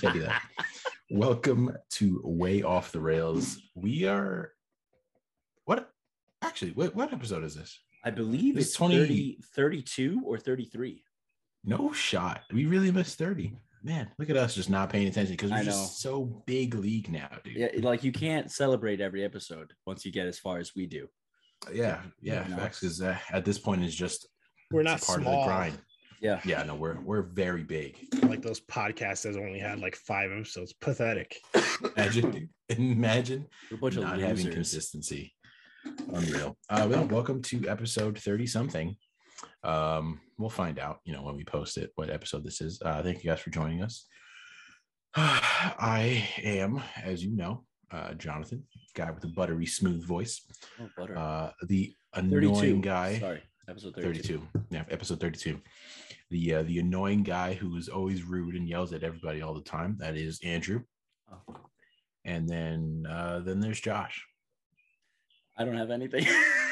Can't do that. Welcome to Way Off the Rails. We are what actually what, what episode is this? I believe This it's 20 30, 32 or 33. No shot. We really missed 30. Man, look at us just not paying attention because I we're know. just so big league now, dude. Yeah, like you can't celebrate every episode once you get as far as we do. yeah, yeah. No. Facts because uh, at this point it's just We're it's not a small. Yeah. Yeah, no, we're we're very big. Like those podcasts that only had like five episodes. Pathetic. Imagine, dude. imagine We're a bunch not of having losers. consistency. Unreal. Uh, well, welcome to episode 30 something. Um, we'll find out, you know, when we post it, what episode this is. Uh, thank you guys for joining us. I am, as you know, uh, Jonathan, guy with the buttery smooth voice, Oh, butter. uh, the 32. annoying guy. Sorry. Episode 32. 32. Yeah, episode 32. The uh, the annoying guy who is always rude and yells at everybody all the time. That is Andrew. Oh, And then uh, then there's Josh. I don't have anything.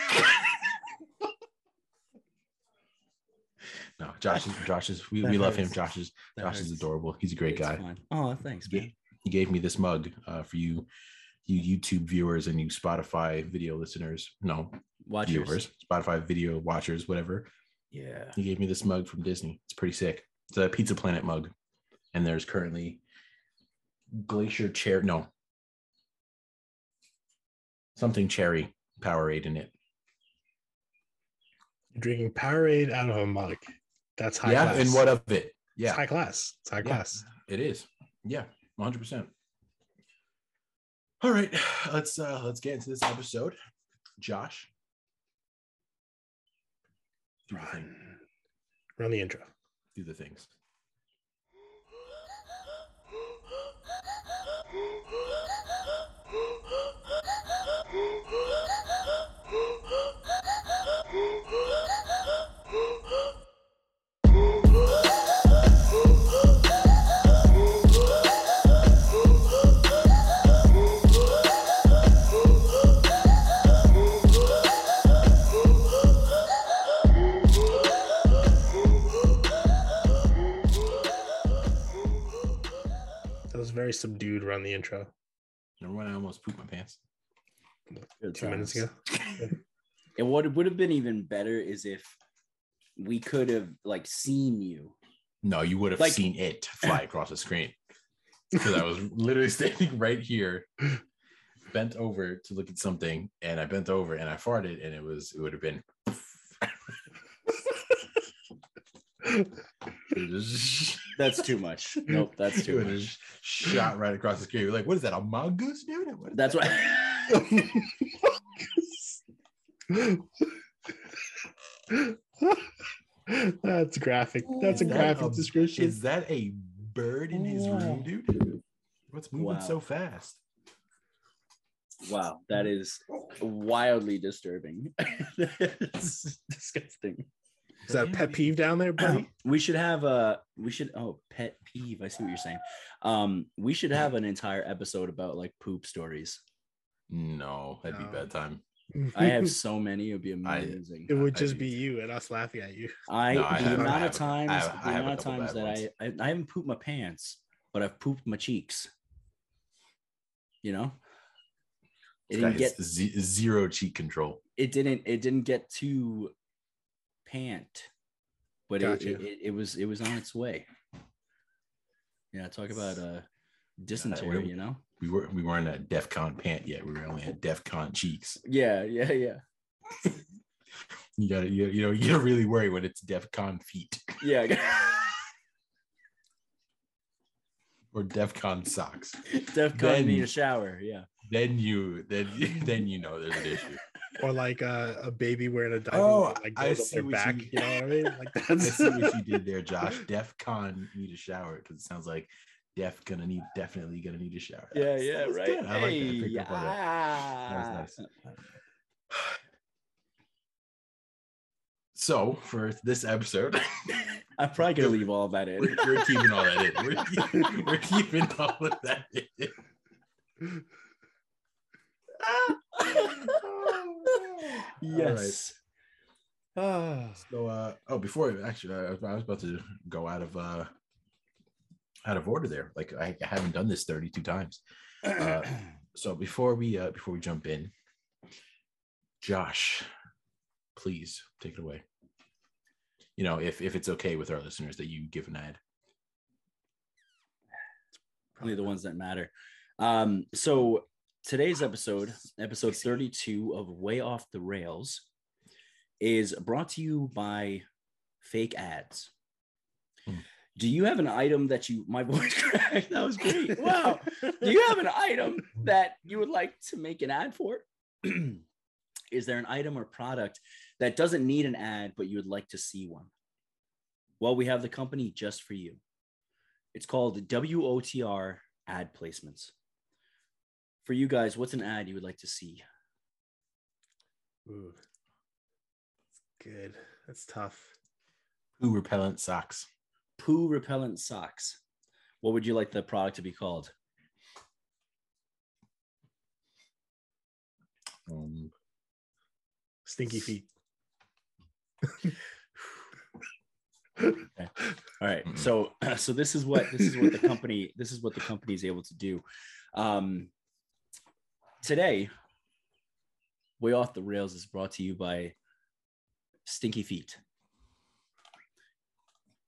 No, Josh is Josh is we, That we love him. hurts. Josh is That Josh is hurts. adorable. He's a great It's guy. fine. Oh, thanks, man. He gave me this mug uh, for you, you YouTube viewers and you Spotify video listeners. No, Watch yours. viewers, Spotify video watchers, whatever. Yeah. He gave me this mug from Disney. It's pretty sick. It's a Pizza Planet mug, and there's currently Glacier Cherry. No, something cherry Powerade in it. You're drinking Powerade out of a mug. That's high yeah, class. and what of it? It's Yeah, high class. It's high Yeah. class. It is. Yeah, 100%. All right, let's uh let's get into this episode. Josh. Do the, thing, Run. Run the intro. do the things. That was very subdued run the intro Remember when I almost pooped my pants? Good two minutes times. ago. And what would have been even better is if we could have like seen you. No, you would have Like- seen it fly across the screen. Because I was literally standing right here, bent over to look at something, and I bent over and I farted, and it was it would have been That's too much. Nope, that's It too would've much. shot right across the screen. We're like, what is that? A mug goose, dude? What is That's that? why. That's graphic. That's a Is that graphic a- description. Is that a bird in his room, dude? What's moving Wow. so fast? Wow, that is wildly disturbing. That's disgusting. Is that a pet peeve down there, buddy? We should have a we should oh pet peeve. I see what you're saying. Um, we should have an entire episode about like poop stories. No, that'd No. be bedtime. I have so many. It'd be amazing. it would I- just be you and us laughing at you. I, No, I the have- I amount have- of times I have- I the have a amount of couple times bad that I, I I haven't pooped my pants, but I've pooped my cheeks. You know, it This guy didn't has get ze- zero cheat control. it didn't it didn't get too pant, but it, Gotcha. it, it it was it was on its way. Yeah, talk about uh we're- dysentery, you know. We were we weren't at DefCon pant yet. We were only at DefCon cheeks. Yeah, yeah, yeah, You gotta you, you know you gotta really worry when it's DefCon feet yeah. or DefCon socks. Def Then- need a shower. Yeah. Then you then you- then you know there's an issue. Or like a, a baby wearing a diaper Oh, like I goes up see their what back. you- You, know what I mean? Like I that's see what you did there, Josh. DefCon need a shower because it sounds like Def gonna need definitely gonna need a shower. Yeah, That's- yeah, that's right. good. I like that. I picked Hey, up on that. That was ah. So for this episode, ah. I'm probably gonna leave all that we're, in. we're keeping all that in. We're, keep- we're keeping all of that in. yes. Ah. Ah. So, uh, oh, before actually, I was, I was about to go out of uh, out of order there. Like I I haven't done this 32 times. Uh, so before we uh, before we jump in, Josh, please take it away. You know, if if it's okay with our listeners that you give an ad. Only the ones that matter. Um, so today's episode, episode 32 of Way Off the Rails, is brought to you by fake ads. Hmm. Do you have an item that you my voice cracked? That was great. Wow. Do you have an item that you would like to make an ad for? is there an item or product that doesn't need an ad, but you would like to see one? Well, we have the company just for you. It's called WOTR Ad Placements. For you guys, what's an ad you would like to see? Ooh. Good. That's tough. Who repellent socks? Poo repellent socks. What would you like the product to be called? Um, Stinky feet. All right. Mm-mm. So so this is what this is what the company this is what the company is able to do. Um, today, way off the rails is brought to you by Stinky Feet.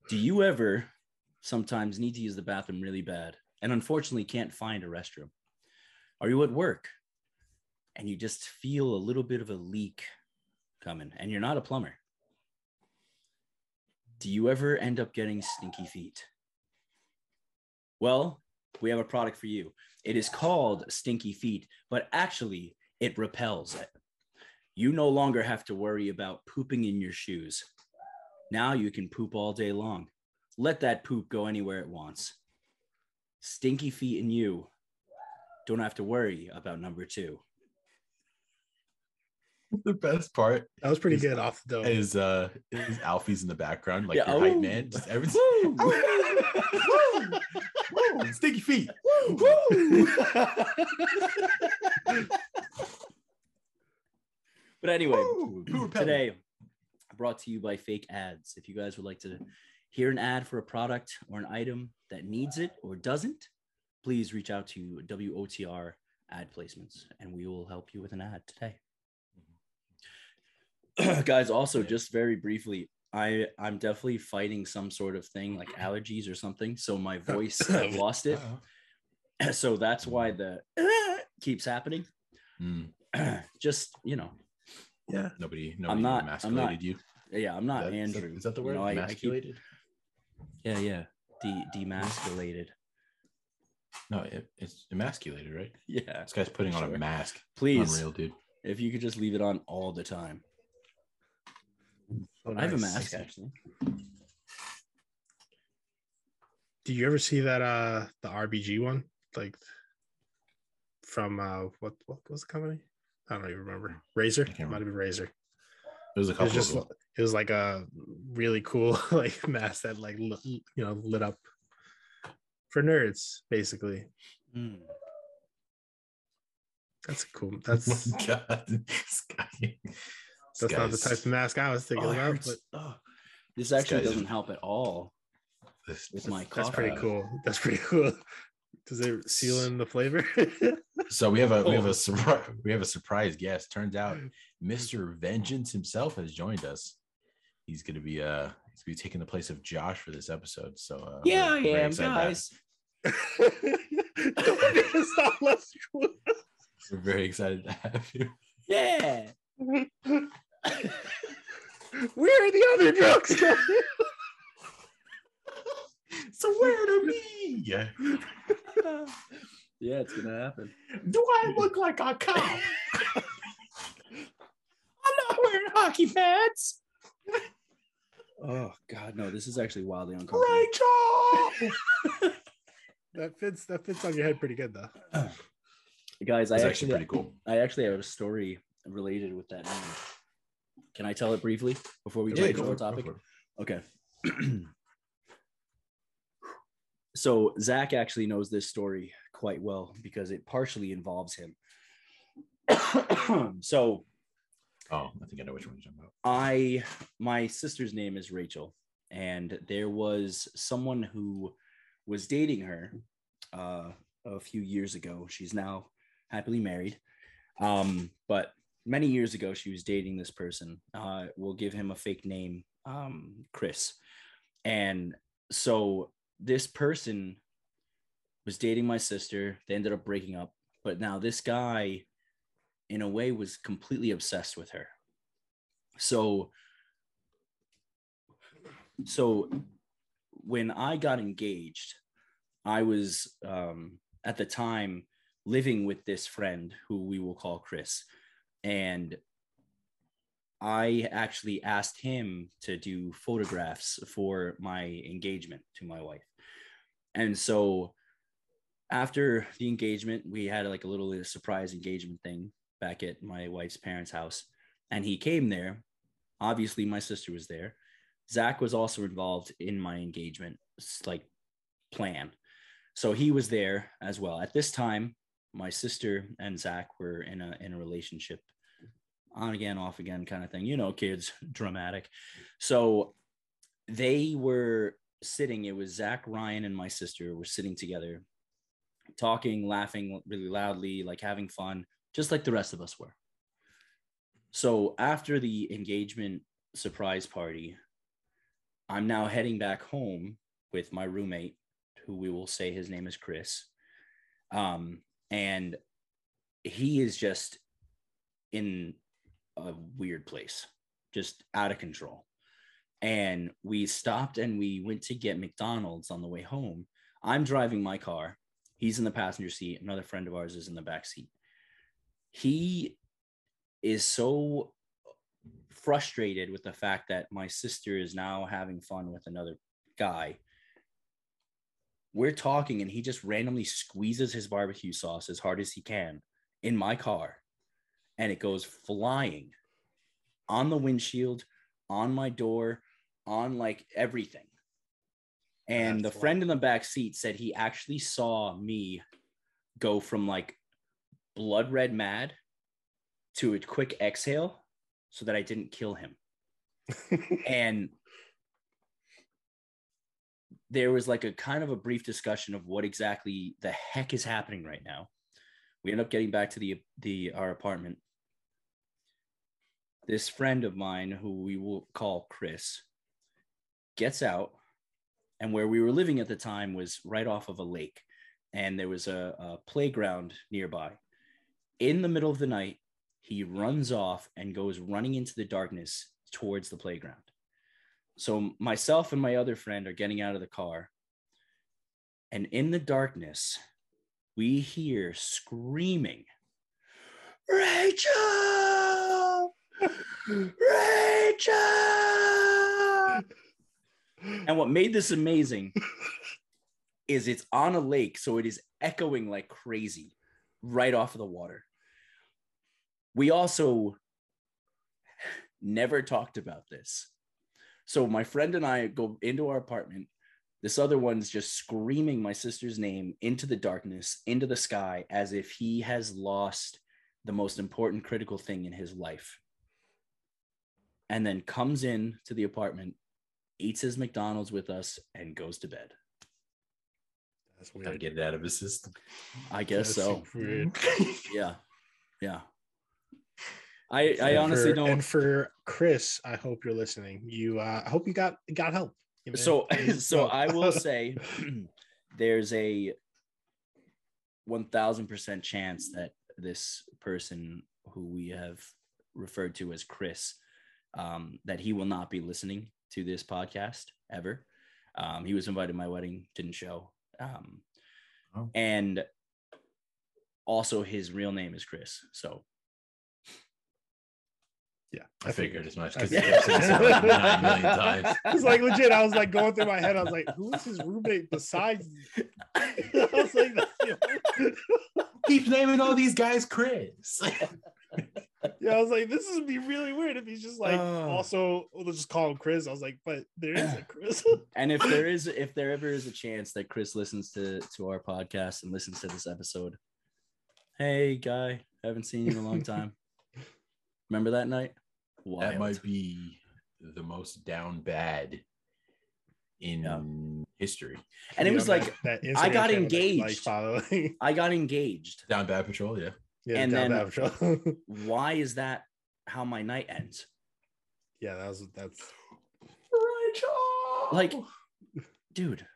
Do you ever sometimes need to use the bathroom really bad and unfortunately can't find a restroom? Are you at work and you just feel a little bit of a leak coming and you're not a plumber? Do you ever end up getting stinky feet? Well, we have a product for you. It is called Stinky Feet, but actually, it repels it. You no longer have to worry about pooping in your shoes. Now you can poop all day long. Let that poop go anywhere it wants. Stinky Feet and you don't have to worry about number two. the best part That was pretty Is- good off the dome. is uh is Alfie's in the background, like Yeah, your hype oh. man. Just every- Woo! Stinky feet. but anyway, Woo! Who repellent? today brought to you by fake ads if you guys would like to hear an ad for a product or an item that needs it or doesn't please reach out to wotr ad placements and we will help you with an ad today guys also Mm-hmm. Yeah. just very briefly i i'm definitely fighting some sort of thing like allergies or something so my voice i've lost it Uh-oh. Uh-huh. so that's why the keeps happening Mm, just you know yeah. nobody nobody not- emasculated I'm not- you. yeah i'm not That- is that- andrew Is that the You word? know, I- I keep- emasculated? Yeah, yeah. De- demasculated. No, it, it's emasculated, right? Yeah. This guy's putting on Sure. a mask. Please, Unreal, dude. if you could just leave it on all the time. Oh, I have a nice. mask actually. Do you ever see that uh the RBG one? Like from uh what what was the company? I don't even remember. Razor? I It can't might have been Razor. It was a It was couple just of them. it was like a really cool like mask that like li- you know lit up for nerds basically. Mm. That's cool. That's Oh my God. This guy- that's not the type of mask I was thinking Oh, it about, hurts. but Oh, This actually guy's- doesn't help at all this- with my cough. that's pretty Uh, cool. That's pretty cool. Does it seal in the flavor? So we have a we have Oh. a surprise we have a surprise guest. Turns out Mr. Vengeance himself has joined us. He's gonna be uh he's gonna be taking the place of Josh for this episode. So uh, Yeah, I we're- we're am, excited about it. guys. Don't make us stop less We're very excited to have you. Yeah. Where are the other drugs going? So where to me? yeah, it's gonna happen. Do I look like a cop? I'm not wearing hockey pads. oh god, no, this is actually wildly uncomfortable. Rachel! That fits. That fits on your head pretty good, though. Guys, I That's actually actually pretty cool. I actually have a story related with that name. Can I tell it briefly before we Yeah, take go the for it, go topic? for it. Okay. so Zach actually knows this story quite well because it partially involves him. so Oh, I think I know which one you're talking about. I my sister's name is Rachel, and there was someone who was dating her uh, a few years ago. She's now happily married. Um, but many years ago, she was dating this person. Uh, we'll give him a fake name, um, Chris. And so this person was dating my sister. They ended up breaking up. But now this guy, in a way, was completely obsessed with her. So, so when I got engaged, I was um, at the time living with this friend who we will call Chris. And I actually asked him to do photographs for my engagement to my wife. And so after the engagement, we had like a little uh, surprise engagement thing back at my wife's parents' house. And he came there. Obviously, my sister was there. Zach was also involved in my engagement, s- like plan. So he was there as well. At this time, my sister and Zach were in a in a relationship, on again, off again kind of thing. You know, kids, dramatic. So they were sitting. It was Zach, Ryan, and my sister were sitting together, talking, laughing really loudly, like having fun, just like the rest of us were. So after the engagement surprise party, I'm now heading back home with my roommate, who we will say his name is Chris. Um, and he is just in a weird place, just out of control. And we stopped and we went to get McDonald's on the way home. I'm driving my car. He's in the passenger seat. Another friend of ours is in the back seat. He is so frustrated with the fact that my sister is now having fun with another guy. We're talking, and he just randomly squeezes his barbecue sauce as hard as he can in my car, and it goes flying on the windshield, on my door, on like everything. And That's the friend in the back seat said he actually saw me go from like blood red mad to a quick exhale so that I didn't kill him. and there was like a kind of a brief discussion of what exactly the heck is happening right now. We end up getting back to the the our apartment. This friend of mine, who we will call Chris, gets out, and where we were living at the time was right off of a lake, and there was a, a playground nearby. In the middle of the night, he runs off and goes running into the darkness towards the playground. So myself and my other friend are getting out of the car. And in the darkness, we hear screaming, Rachel! Rachel! And what made this amazing is it's on a lake, so it is echoing like crazy right off of the water we also never talked about this. So my friend and I go into our apartment. This other one's just screaming my sister's name into the darkness, into the sky, as if he has lost the most important critical thing in his life. And then comes in to the apartment, eats his McDonald's with us, and goes to bed. That's Gotta weird. get it out of his system. I guess That's so. super Weird. Yeah. Yeah. I, I And honestly for- don't. And for Chris, I hope you're listening. You, uh, I hope you got got help. you know? so Please, so no. i will say there's a 1000% chance that this person who we have referred to as chris um, that he will not be listening to this podcast ever um, he was invited to my wedding didn't show um, Oh. and also his real name is chris so yeah, I figured as much because I- I've seen this like nine million times. It's like legit. I was like going through my head. I was like, who is his roommate besides? I was like, that's- Keep naming all these guys Chris. yeah, I was like, this would be really weird if he's just like. Ah. Oh. also, well, let's just call him Chris. I was like, but there is a Chris. And if there is, if there ever is a chance that Chris listens to to our podcast and listens to this episode, hey guy, haven't seen you in a long time. Remember that night? Wild. that might be the most down bad in history. And it You was know, like that, that I got Instagram channel that you engaged. Like following. I got engaged. Down Bad Patrol, yeah. yeah, And and then, then- Why is that how my night ends? yeah, that was that's Rachel, Like, dude,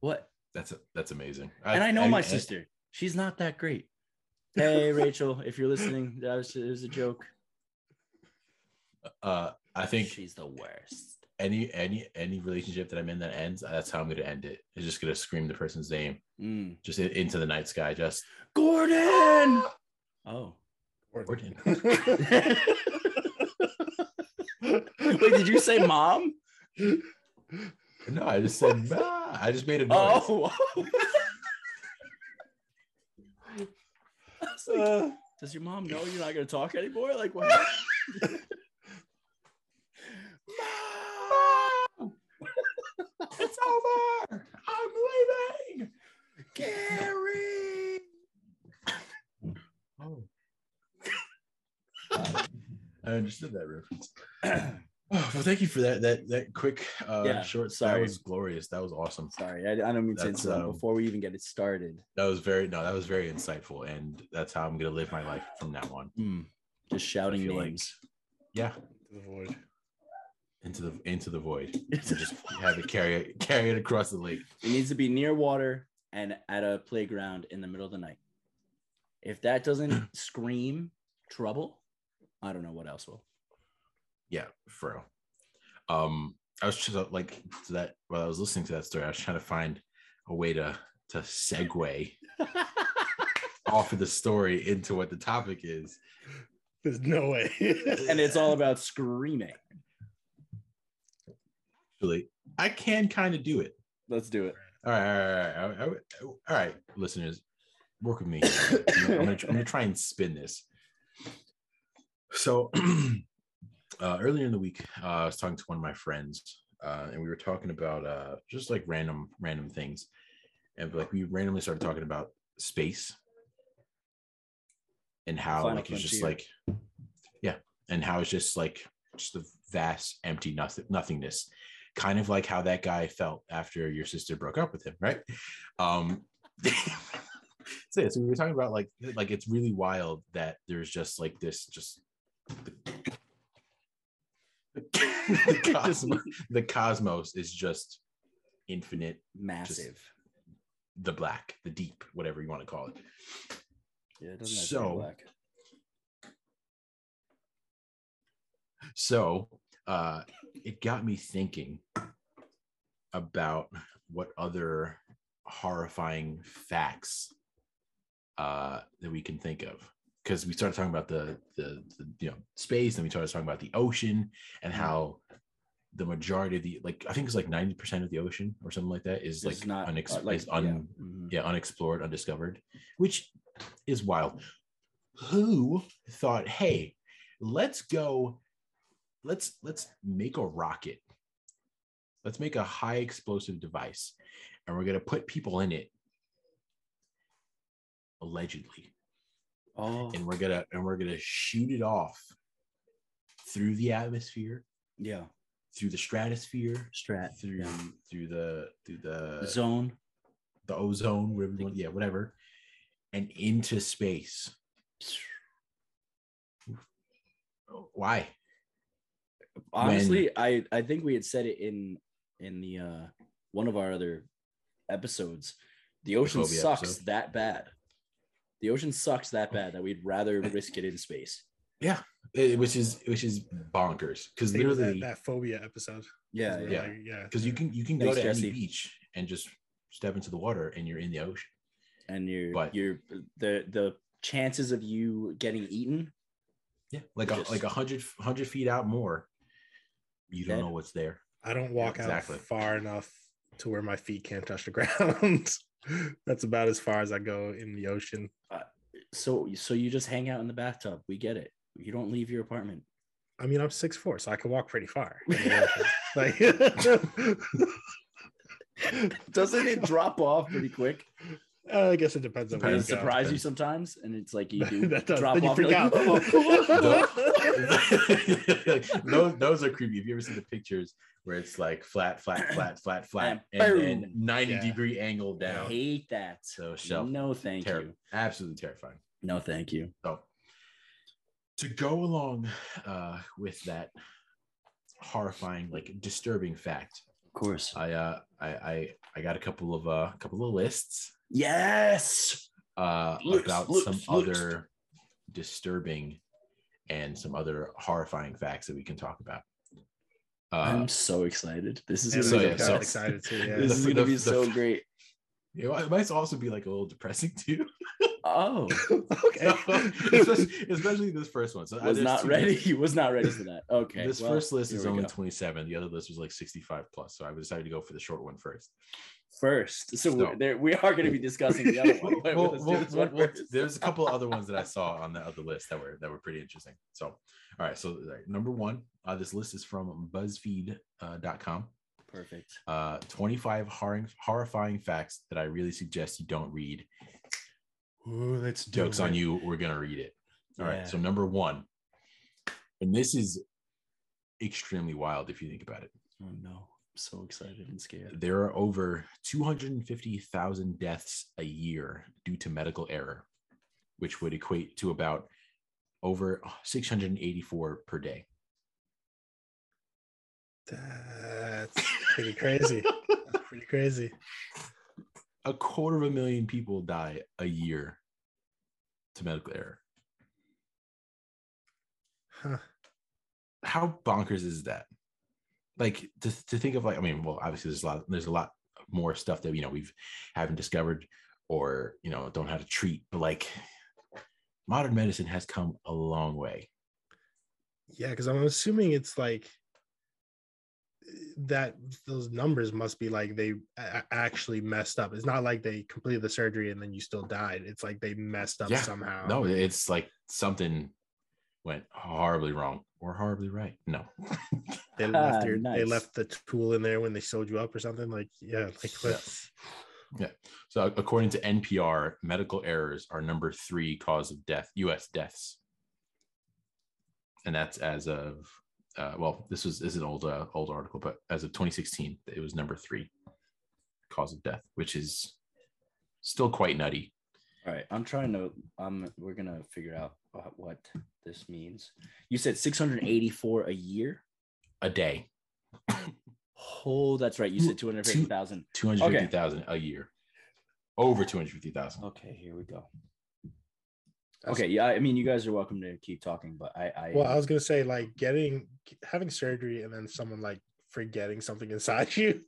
what? that's that's amazing. and I know my sister. She's not that great. Hey, Rachel, if you're listening, that was it was a joke. Uh, I think she's the worst. any any any relationship that I'm in that ends, that's how I'm gonna end it. It's just gonna scream the person's name Mm. just in- into the night sky. Just Gordon. Oh. Gordon. Wait, did you say mom? no, I just said "Ah," I just made a noise. Oh. I was like, Uh, Does your mom know you're not gonna talk anymore? Like what? happened?" it's over. I'm leaving. Gary. oh. I understood that reference. Oh, well, thank you for that. That that quick, uh, Yeah, short. sorry. That was glorious. That was awesome. Sorry, I, I don't mean to That's, interrupt um, before we even get it started. That was very no. That was very insightful, and that's how I'm gonna live my life from now on. Mm, Just shouting feel like- names. Yeah, the void. into the into the void. And just have it carry it carry it across the lake. It needs to be near water and at a playground in the middle of the night. If that doesn't scream trouble, I don't know what else will. Yeah, for real. Um, I was just uh, like to that while I was listening to that story, I was trying to find a way to to segue off of the story into what the topic is. There's no way. and it's all about screaming. Actually, I can kind of do it. Let's do it. All right, all right, all right, all right, all right, listeners, work with me. here. I'm gonna, I'm gonna- I'm gonna try and spin this. So, uh, earlier in the week, uh, I was talking to one of my friends, uh, and we were talking about uh, just like random, random things, and like we randomly started talking about space and how Final like it's just frontier. like, yeah, and how it's just like just the vast empty nothing nothingness kind of like how that guy felt after your sister broke up with him, right? Um, so, yeah, so we were talking about like like it's really wild that there's just like this just the, cosmos, the cosmos is just infinite Massive. the black the deep whatever you want to call it yeah, it doesn't have to be so, black. so uh it got me thinking about what other horrifying facts uh that we can think of because we started talking about the, the the you know space and we started talking about the ocean and how the majority of the like i think it's like 90% of the ocean or something like that is This like is not unex- uh, like is un- yeah. Mhm. yeah unexplored undiscovered which is wild who thought hey let's go let's let's make a rocket let's make a high explosive device and we're going to put people in it allegedly Oh, and we're going to and we're going to shoot it off through the atmosphere yeah. through the stratosphere Strat through yeah. through the through the zone. the ozone, whatever you want, yeah, whatever, and into space. Why? Honestly, I I think we had said it in in the uh one of our other episodes. The ocean phobia sucks episode. that bad. The ocean sucks that bad that we'd rather risk it in space. Eh, which is which is bonkers because Think of that, literally that phobia episode. Yeah, We were yeah. yeah. like, yeah. because you can you can go Thanks, to Jesse. any beach and just step into the water and you're in the ocean. And you're But- you're the the chances of you getting eaten. Yeah, like a, Just- like a hundred hundred feet out more, you don't Dead. know what's there. I don't walk exactly. out far enough to where my feet can't touch the ground. That's about as far as I go in the ocean. So so you just hang out in the bathtub. We get it. You don't leave your apartment. I mean, I'm six four, so I can walk pretty far. in the ocean. like, Doesn't it drop off pretty quick? Uh, I guess it depends on Does it where Depends. you go. surprise you sometimes? And it's like you do that does. drop then you off. freak you're out. like, those those are creepy. Have you ever seen the pictures where it's like flat, flat, flat, flat, flat, And and, then boom. ninety Yeah. degree angle I down? hate that. So shelf, No, thank terrible, you. absolutely terrifying. No, thank you. So to go along uh, with that horrifying, like disturbing fact, Of course. I uh, I, I I got a couple of uh, couple of lists Yes. uh, Lists, about lists, some lists. other disturbing and some other horrifying facts that we can talk about. Uh, I'm so excited. This is Yeah, gonna so be yeah, the so- best. excited too, yeah. This is The- gonna be the- so the- great. you know, it might also be like a little depressing too, Oh, okay. especially, especially this first one. So uh, was there's not two- ready. He was not ready for that. Okay. this well, first list here is we only go. 27. The other list was like 65 plus. So I decided to go for the short one first. first. So, So- we're, there, we are going to be discussing the other one. But Well, let's do well, this well, one well, first. there's a couple other ones that I saw on the other list that were that were pretty interesting. So, all right. So like, number one, uh, this list is from BuzzFeed.com. Perfect. uh, 25 horri- horrifying facts that I really suggest you don't read. Ooh, that's Jokes on you. We're going to read it. All right. Yeah. So, number one, and this is extremely wild if you think about it. Oh no, I'm so excited and scared. There are over 250,000 deaths a year due to medical error, which would equate to about over 684 per day. That's pretty crazy. That's pretty crazy. A quarter of a million people die a year to medical error. Huh. how bonkers is that? Like to, to think of like I mean, well, obviously there's a lot there's a lot more stuff that you know we've haven't discovered or you know don't know how to treat, but like modern medicine has come a long way. Yeah, because I'm assuming it's like that those numbers must be like they a- actually messed up. It's not like they completed the surgery and then you still died. It's like they messed up Yeah. somehow. No, it's like something went horribly wrong or horribly right. No. They left Ah, your, they nice. left the tool in there when they sewed you up or something. Like, yeah, like let's So according to NPR, medical errors are number three cause of death, U.S. deaths, and that's as of uh, well, this was this is an old uh, old article, but as of 2016, it was number three cause of death, which is still quite nutty. All right, I'm trying to. Um, we're gonna figure out uh, what this means. You said 684 a year. A day, Oh, that's right. You said 250,000. 250,000 a year, over 250,000. Okay, here we go. Okay, yeah. I mean, you guys are welcome to keep talking, but I, I, Well, I was gonna say like getting having surgery and then someone like forgetting something inside you,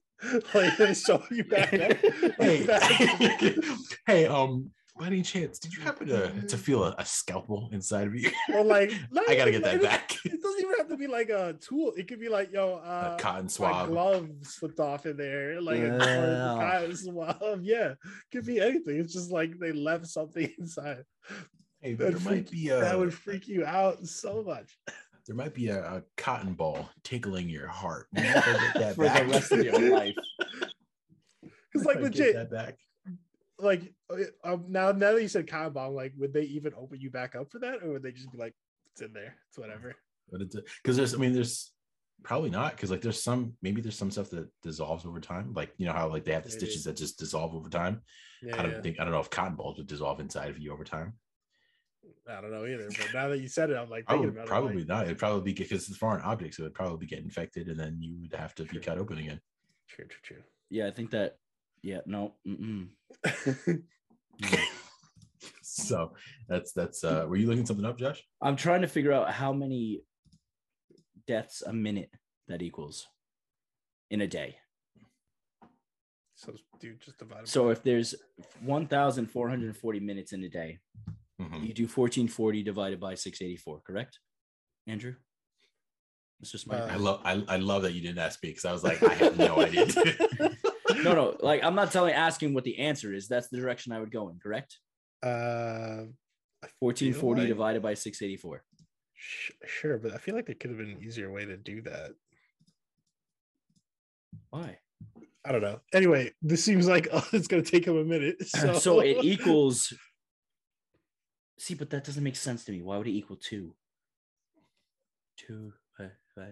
like they sew you back up. Hey, Like, hey, um, by any chance, did you happen to to feel a, a scalpel inside of you? or like not I gotta even, get that like, back. It doesn't even have to be like a tool. It could be like yo, uh, a cotton my swab. glove slipped off in there, like a Yeah. cotton swab. Yeah, could be anything. It's just like they left something inside. Hey, That'd there might freak- be a that would freak you out so much. there might be a, a cotton ball tickling your heart. You might wanna get that for the back. rest of your life. Because like Might get legit, that back. like uh, um, now now that you said cotton bomb, like would they even open you back up for that, or would they just be like, it's in there, it's whatever. But it's because there's I mean there's probably not because like there's some maybe there's some stuff that dissolves over time. Like you know how like they have the Maybe. stitches that just dissolve over time. Yeah, I don't yeah. think I don't know if cotton balls would dissolve inside of you over time. I don't know either. But now that you said it, I'm like I thinking would about probably it. like, not. It'd probably be because it's a foreign object, so it'd probably get infected and then you would have to be True. cut open again. True, true, Yeah, I think that. Yeah, no. Mm-mm. true. So that's that's uh were you looking something up, Josh? I'm trying to figure out how many deaths a minute that equals in a day. so dude, just divide. 'em So by- if there's 1,440 minutes in a day, Mhm. you do 1440 divided by 684, correct? Andrew? It's just my. I Uh, love I, I love that you didn't ask me because I was like, I have no idea. no, no. Like, I'm not telling, asking what the answer is. That's the direction I would go in, correct? Uh, 1440 like- divided by 684. sh- sure, but I feel like there could have been an easier way to do that. Why? I don't know. Anyway, this seems like uh, it's going to take him a minute. So, so it equals. See, but that doesn't make sense to me. Why would it equal two? Two. uh, uh, uh,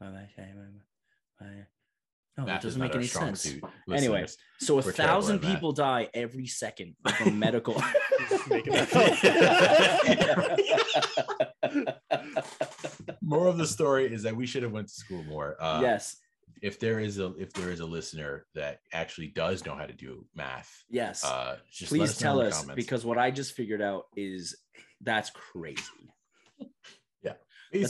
uh, uh, uh, No, that Math is doesn't not make our any strong sense. suit, Anyway. listeners. So a We're terrible thousand at math. people die every second from medical. Just making that Moral of the story is that we should have went to school more. Uh, yes, If there is a if there is a listener that actually does know how to do math, yes. uh, just let Please know in tell the us comments. because what I just figured out is that's crazy. That's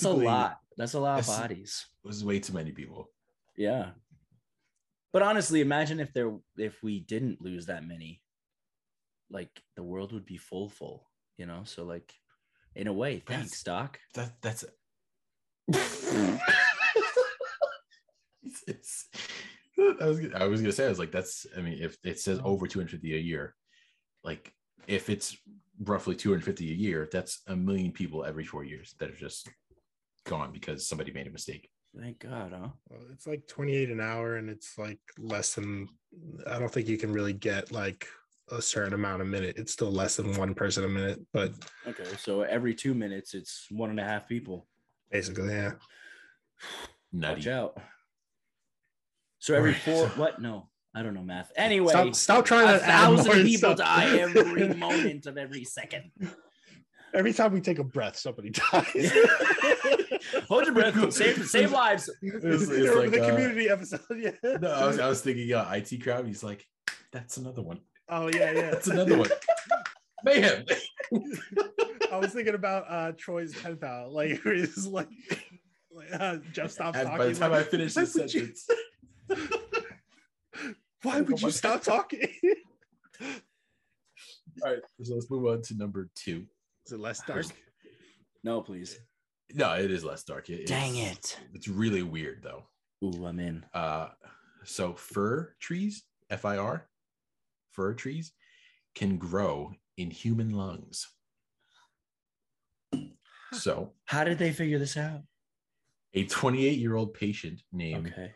a Basically, lot. That's a lot of that's- bodies. It was way too many people. Yeah. But honestly, imagine if there if we didn't lose that many, like the world would be full full, you know? So like in a way, thanks, Doc. That that's it's, I was gonna- I was gonna say I was like that's I mean if it says over 250 a year, like if it's roughly 250 a year, that's a million people every four years that are just gone because somebody made a mistake. Thank God, huh? Well, it's like 28 an hour and it's like less than I don't think you can really get like a certain amount a minute. It's still less than one person a minute, but Okay, so every two minutes it's one and a half people. basically, yeah. Watch Nutty. out. So every Alright, four so- what? No, I don't know math. Anyway, stop, stop trying a to add more thousand and people stuff. die every moment of every second. Every time we take a breath, somebody dies. Hold your breath, save save lives. It's- it's Remember like, the uh, community episode, yeah. No, I was, I was thinking uh, IT crowd. He's like, that's another one. oh yeah, yeah. That's another one. Mayhem. I was thinking about uh Troy's pen pal, like where he's like, like uh, Jeff stops And talking. by the time like, I finish why this would you- sentence, Why would you stop talking? all right. So let's move on to number two. Is it less dark? No, please. No, it is less dark. It- Dang it's- it. It's really weird though. Ooh, I'm in. Uh, so fir trees, F I R, fir trees can grow in human lungs. So How did they figure this out? a 28 year old patient named, Okay.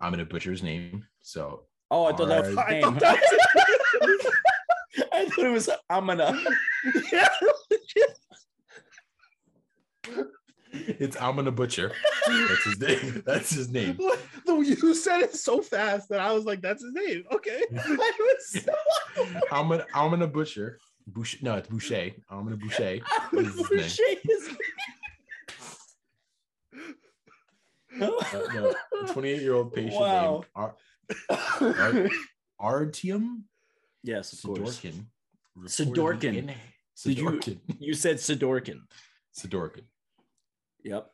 I'm going to butcher his name. So Oh, I thought that was Alright. I name. thought that was- I thought it was Amina. yeah. it's, I'm going to butcher. That's his name. That's his name. What? The, you said it so fast that I was like, "That's his name." Okay. I was- I'm going to, I'm going to butcher. Boucher, no, it's Boucher. I'm going to Boucher. This is his Uh, no, 28 year old patient Wow. named Ar- Ar- Artium yes, of course. Sidorkin. Sidorkin. reportedly in- Did you- Sidorkin. You said Sidorkin. Sidorkin. Yep.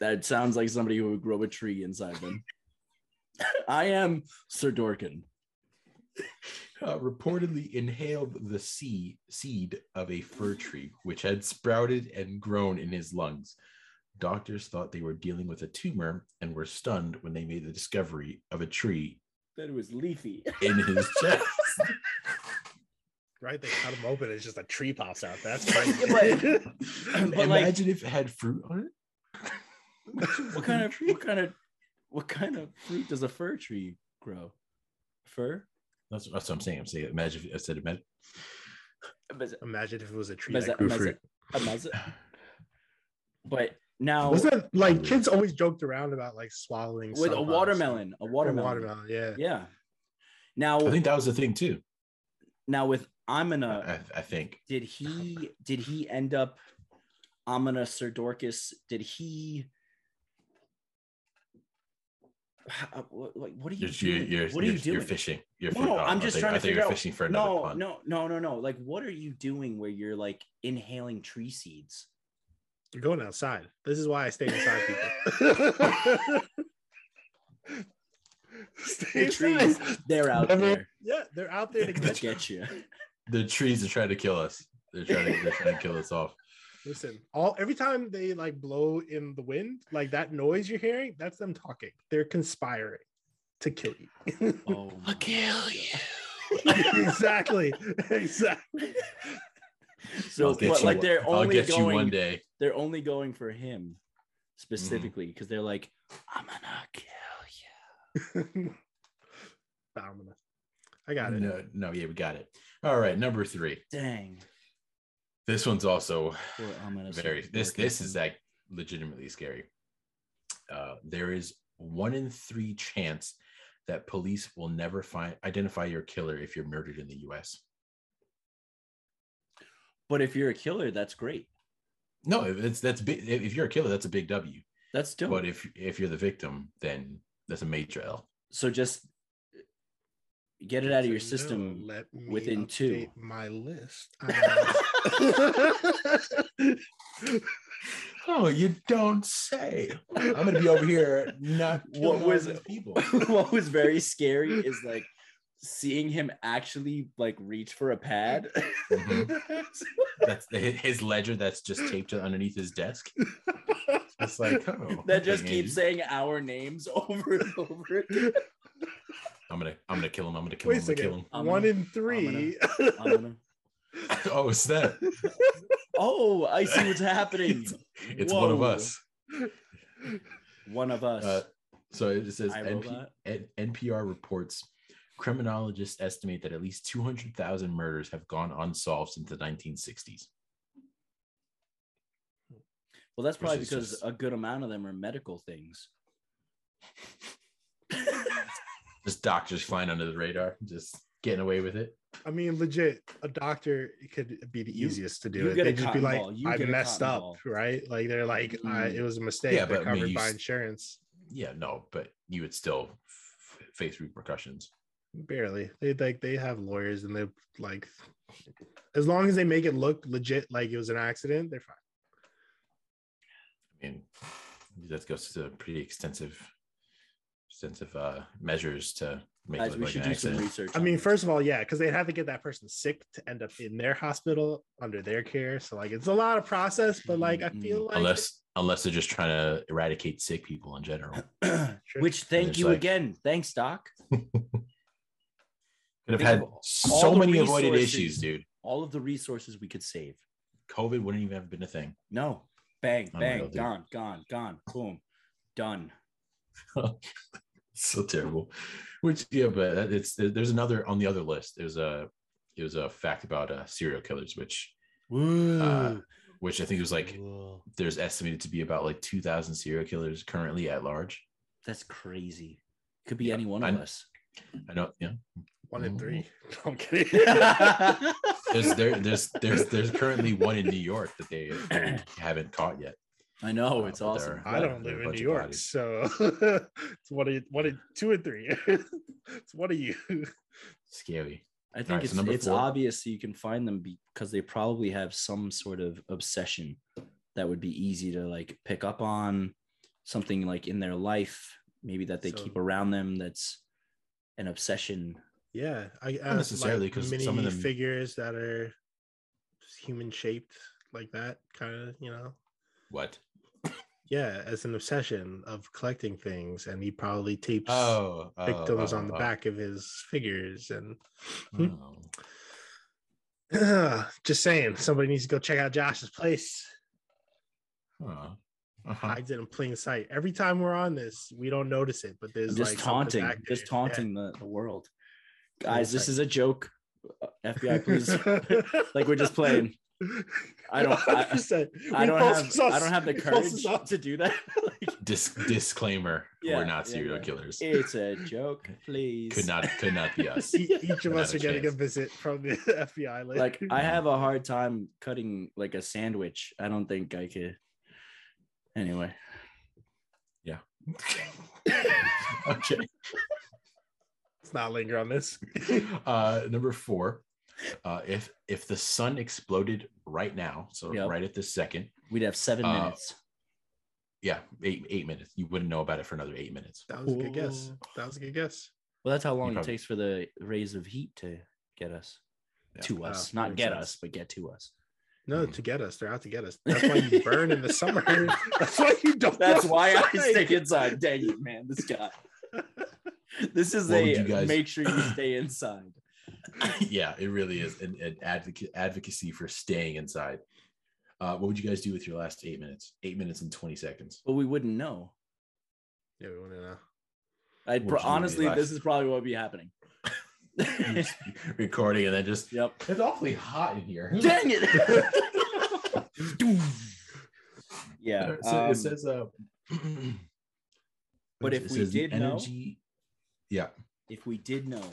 That sounds like somebody who would grow a tree inside them. I am Sir Dorkin. Uh, reportedly inhaled the sea seed of a fir tree, which had sprouted and grown in his lungs. Doctors thought they were dealing with a tumor and were stunned when they made the discovery of a tree That it was leafy. in his chest. Right, they cut him open. It's just a tree pops out. That's Yeah, crazy. But like- Imagine if it had fruit on it. What kind of what kind of what kind of fruit does a fir tree grow? Fir? That's, that's what I'm saying. I'm saying, imagine if I said, imagine. Imagine if it was a tree Meza- that grew meza- fruit. But now Wasn't that like kids always joked around about like swallowing with a sunflowers? watermelon, a Or watermelon. watermelon, yeah. Yeah. Now I think Uh, that was the thing too. now with Amina, I, I think. did he did he end up Amina Sir Dorcas? Did he How- what- like what are you You're, you're, doing? you're, what are you're, you doing? you're fishing. You're No, I'm just trying to figure you're out- fishing for another no, pun. no, no, no, no. Like what are you doing where you're like inhaling tree seeds? You're going outside. This is why I stay inside, people. stay The trees, inside. they're out Never- there Yeah, they're out there to to catch you. get you. The trees are trying to kill us. They're trying to, they're trying to kill us off. Listen, all every time they like blow in the wind, like that noise you're hearing, that's them talking. They're conspiring to kill you. Oh, my God. exactly. Exactly. So, I'll get but you like one- they're I'll only get going you one day. they're only going for him Mm-hmm. specifically because they're like, I'm gonna kill you. Nah, I'm gonna. I got it. No, no, yeah, we got it. All right, number three. Dang. This one's also Poor ominous. very. This looking this is thing. like legitimately scary. Uh, there is one in three chance that police will never find identify your killer if you're murdered in the U.S. But if you're a killer, that's great. No, if it's that's big. If if you're a killer, that's a big W. That's dope. But if if you're the victim, then that's a major L. so just get it out of your So system. no, let me within two. update My list. Um, Oh, you don't say. I'm gonna be over here not What killing all was these it? people. what was very scary is like seeing him actually like reach for a pad. Mm-hmm. That's hi- his ledger that's just taped underneath his desk. It's like oh, that just okay, keeps Andy. saying our names over and over again. I'm gonna I'm gonna kill him. I'm gonna kill Wait a him. I'm gonna kill second. him. I'm gonna- One in 3 I'm gonna- Oh, it's that. Oh, I see what's happening. It's, it's one of Whoa. us. One of us. Uh, so it says I NP, robot. N- NPR reports criminologists estimate that at least 200,000 murders have gone unsolved since the 1960s. Well, that's probably Versus because just- a good amount of them are medical things. Just doctors flying under the radar, just getting away with it. I mean, legit, a doctor it could be the You- easiest to do you it. get a They just be cotton like, ball. You I get a messed cotton up, ball. right? Like they're like, I, Mm. it was a mistake. Yeah, They're but, I mean, covered you by s- insurance. Yeah, no, but you would still f- face repercussions. Barely. They like they have lawyers and they like as long as they make it look legit like it was an accident, they're fine. I mean, that goes to pretty extensive, extensive uh, measures to make Guys, it look we like should an do some accident. research. I on mean, this. first of all, yeah, because they'd have to get that person sick to end up in their hospital under their care. So like it's a lot of process, but like I feel like Mm-hmm. unless unless they're just trying to eradicate sick people in general. which thank There's you like- again. Thanks, Doc. Could have had Think of all so the many avoided resources. issues, dude. All of the resources we could save. COVID wouldn't even have been a thing. No. Bang, Unreal, bang, dude. gone, gone, gone. Boom. Done. so terrible. Which yeah, but that- it's there's another on the other list. There's a it was a fact about uh, serial killers, which Woo. which I uh, think it was like there's estimated to be about like 2,000 serial killers currently at large. That's crazy. Could be Yeah, any one of I- us. I know, yeah. one in Ooh. three. I'm kidding. There's there, there's there's there's currently one in New York that they, they haven't caught yet. I know Uh, it's but awesome. there I Yeah, there are don't live a in bunch of New York, bodies. so it's one of one of two and three. it's one of you. Scary. I think Alright, so it's number it's four. obvious you can find them because they probably have some sort of obsession that would be easy to like pick up on something like in their life, maybe that they So- keep around them that's an obsession. Yeah, I not necessarily, 'cause some of them- figures that are human shaped like that kind of you know What? yeah as an obsession of collecting things and he probably tapes Oh, oh, victims oh, on the oh. back of his figures and Oh. just saying somebody needs to go check out josh's place Huh. Oh. Uh-huh. hides it in plain sight every time we're on this we don't notice it but there's just like something taunting, back just there. Yeah. taunting the, the world. Guys, this like- is a joke. Uh, FBI, please. like we're just playing. I don't- I- 100%. I We don't false have sus- I don't have the we false courage sus- to do that. Like, Dis- disclaimer: Yeah, We're not yeah, serial yeah. killers. it's a joke, please. Could not, could not be us. E- each of Not us a are getting chance. a visit from the FBI. Later. like I have a hard time cutting like a sandwich. I don't think I could. Anyway, okay. let's not linger on this. Uh, number four: uh, If if the sun exploded right now, so Yep. right at this second, we'd have seven Uh, minutes. yeah, eight eight minutes, you wouldn't know about it for another eight minutes. That was a good guess. That was a good guess. Well, that's how long it probably- takes for the rays of heat to get us Yeah. Oh, to Wow, us, that not makes get sense. us, but get to us. No, Mm. Mhm. to get us, they're out to get us. That's why you burn in the summer. That's why you don't. That's go why I outside. stay inside. Dang it, man, this guy. This is What would a you guys- make sure you stay inside. yeah, it really is an, an advocate advocacy for staying inside. Uh, what would you guys do with your last eight minutes? Eight minutes and twenty seconds. But we wouldn't know. Yeah, we want to know. I'd What would you pro- do with your honestly, life? this is probably what would be happening. recording and then just yep. it's awfully hot in here. Dang it. yeah. So um, it says uh but it if we says the did know- yeah. if we did know,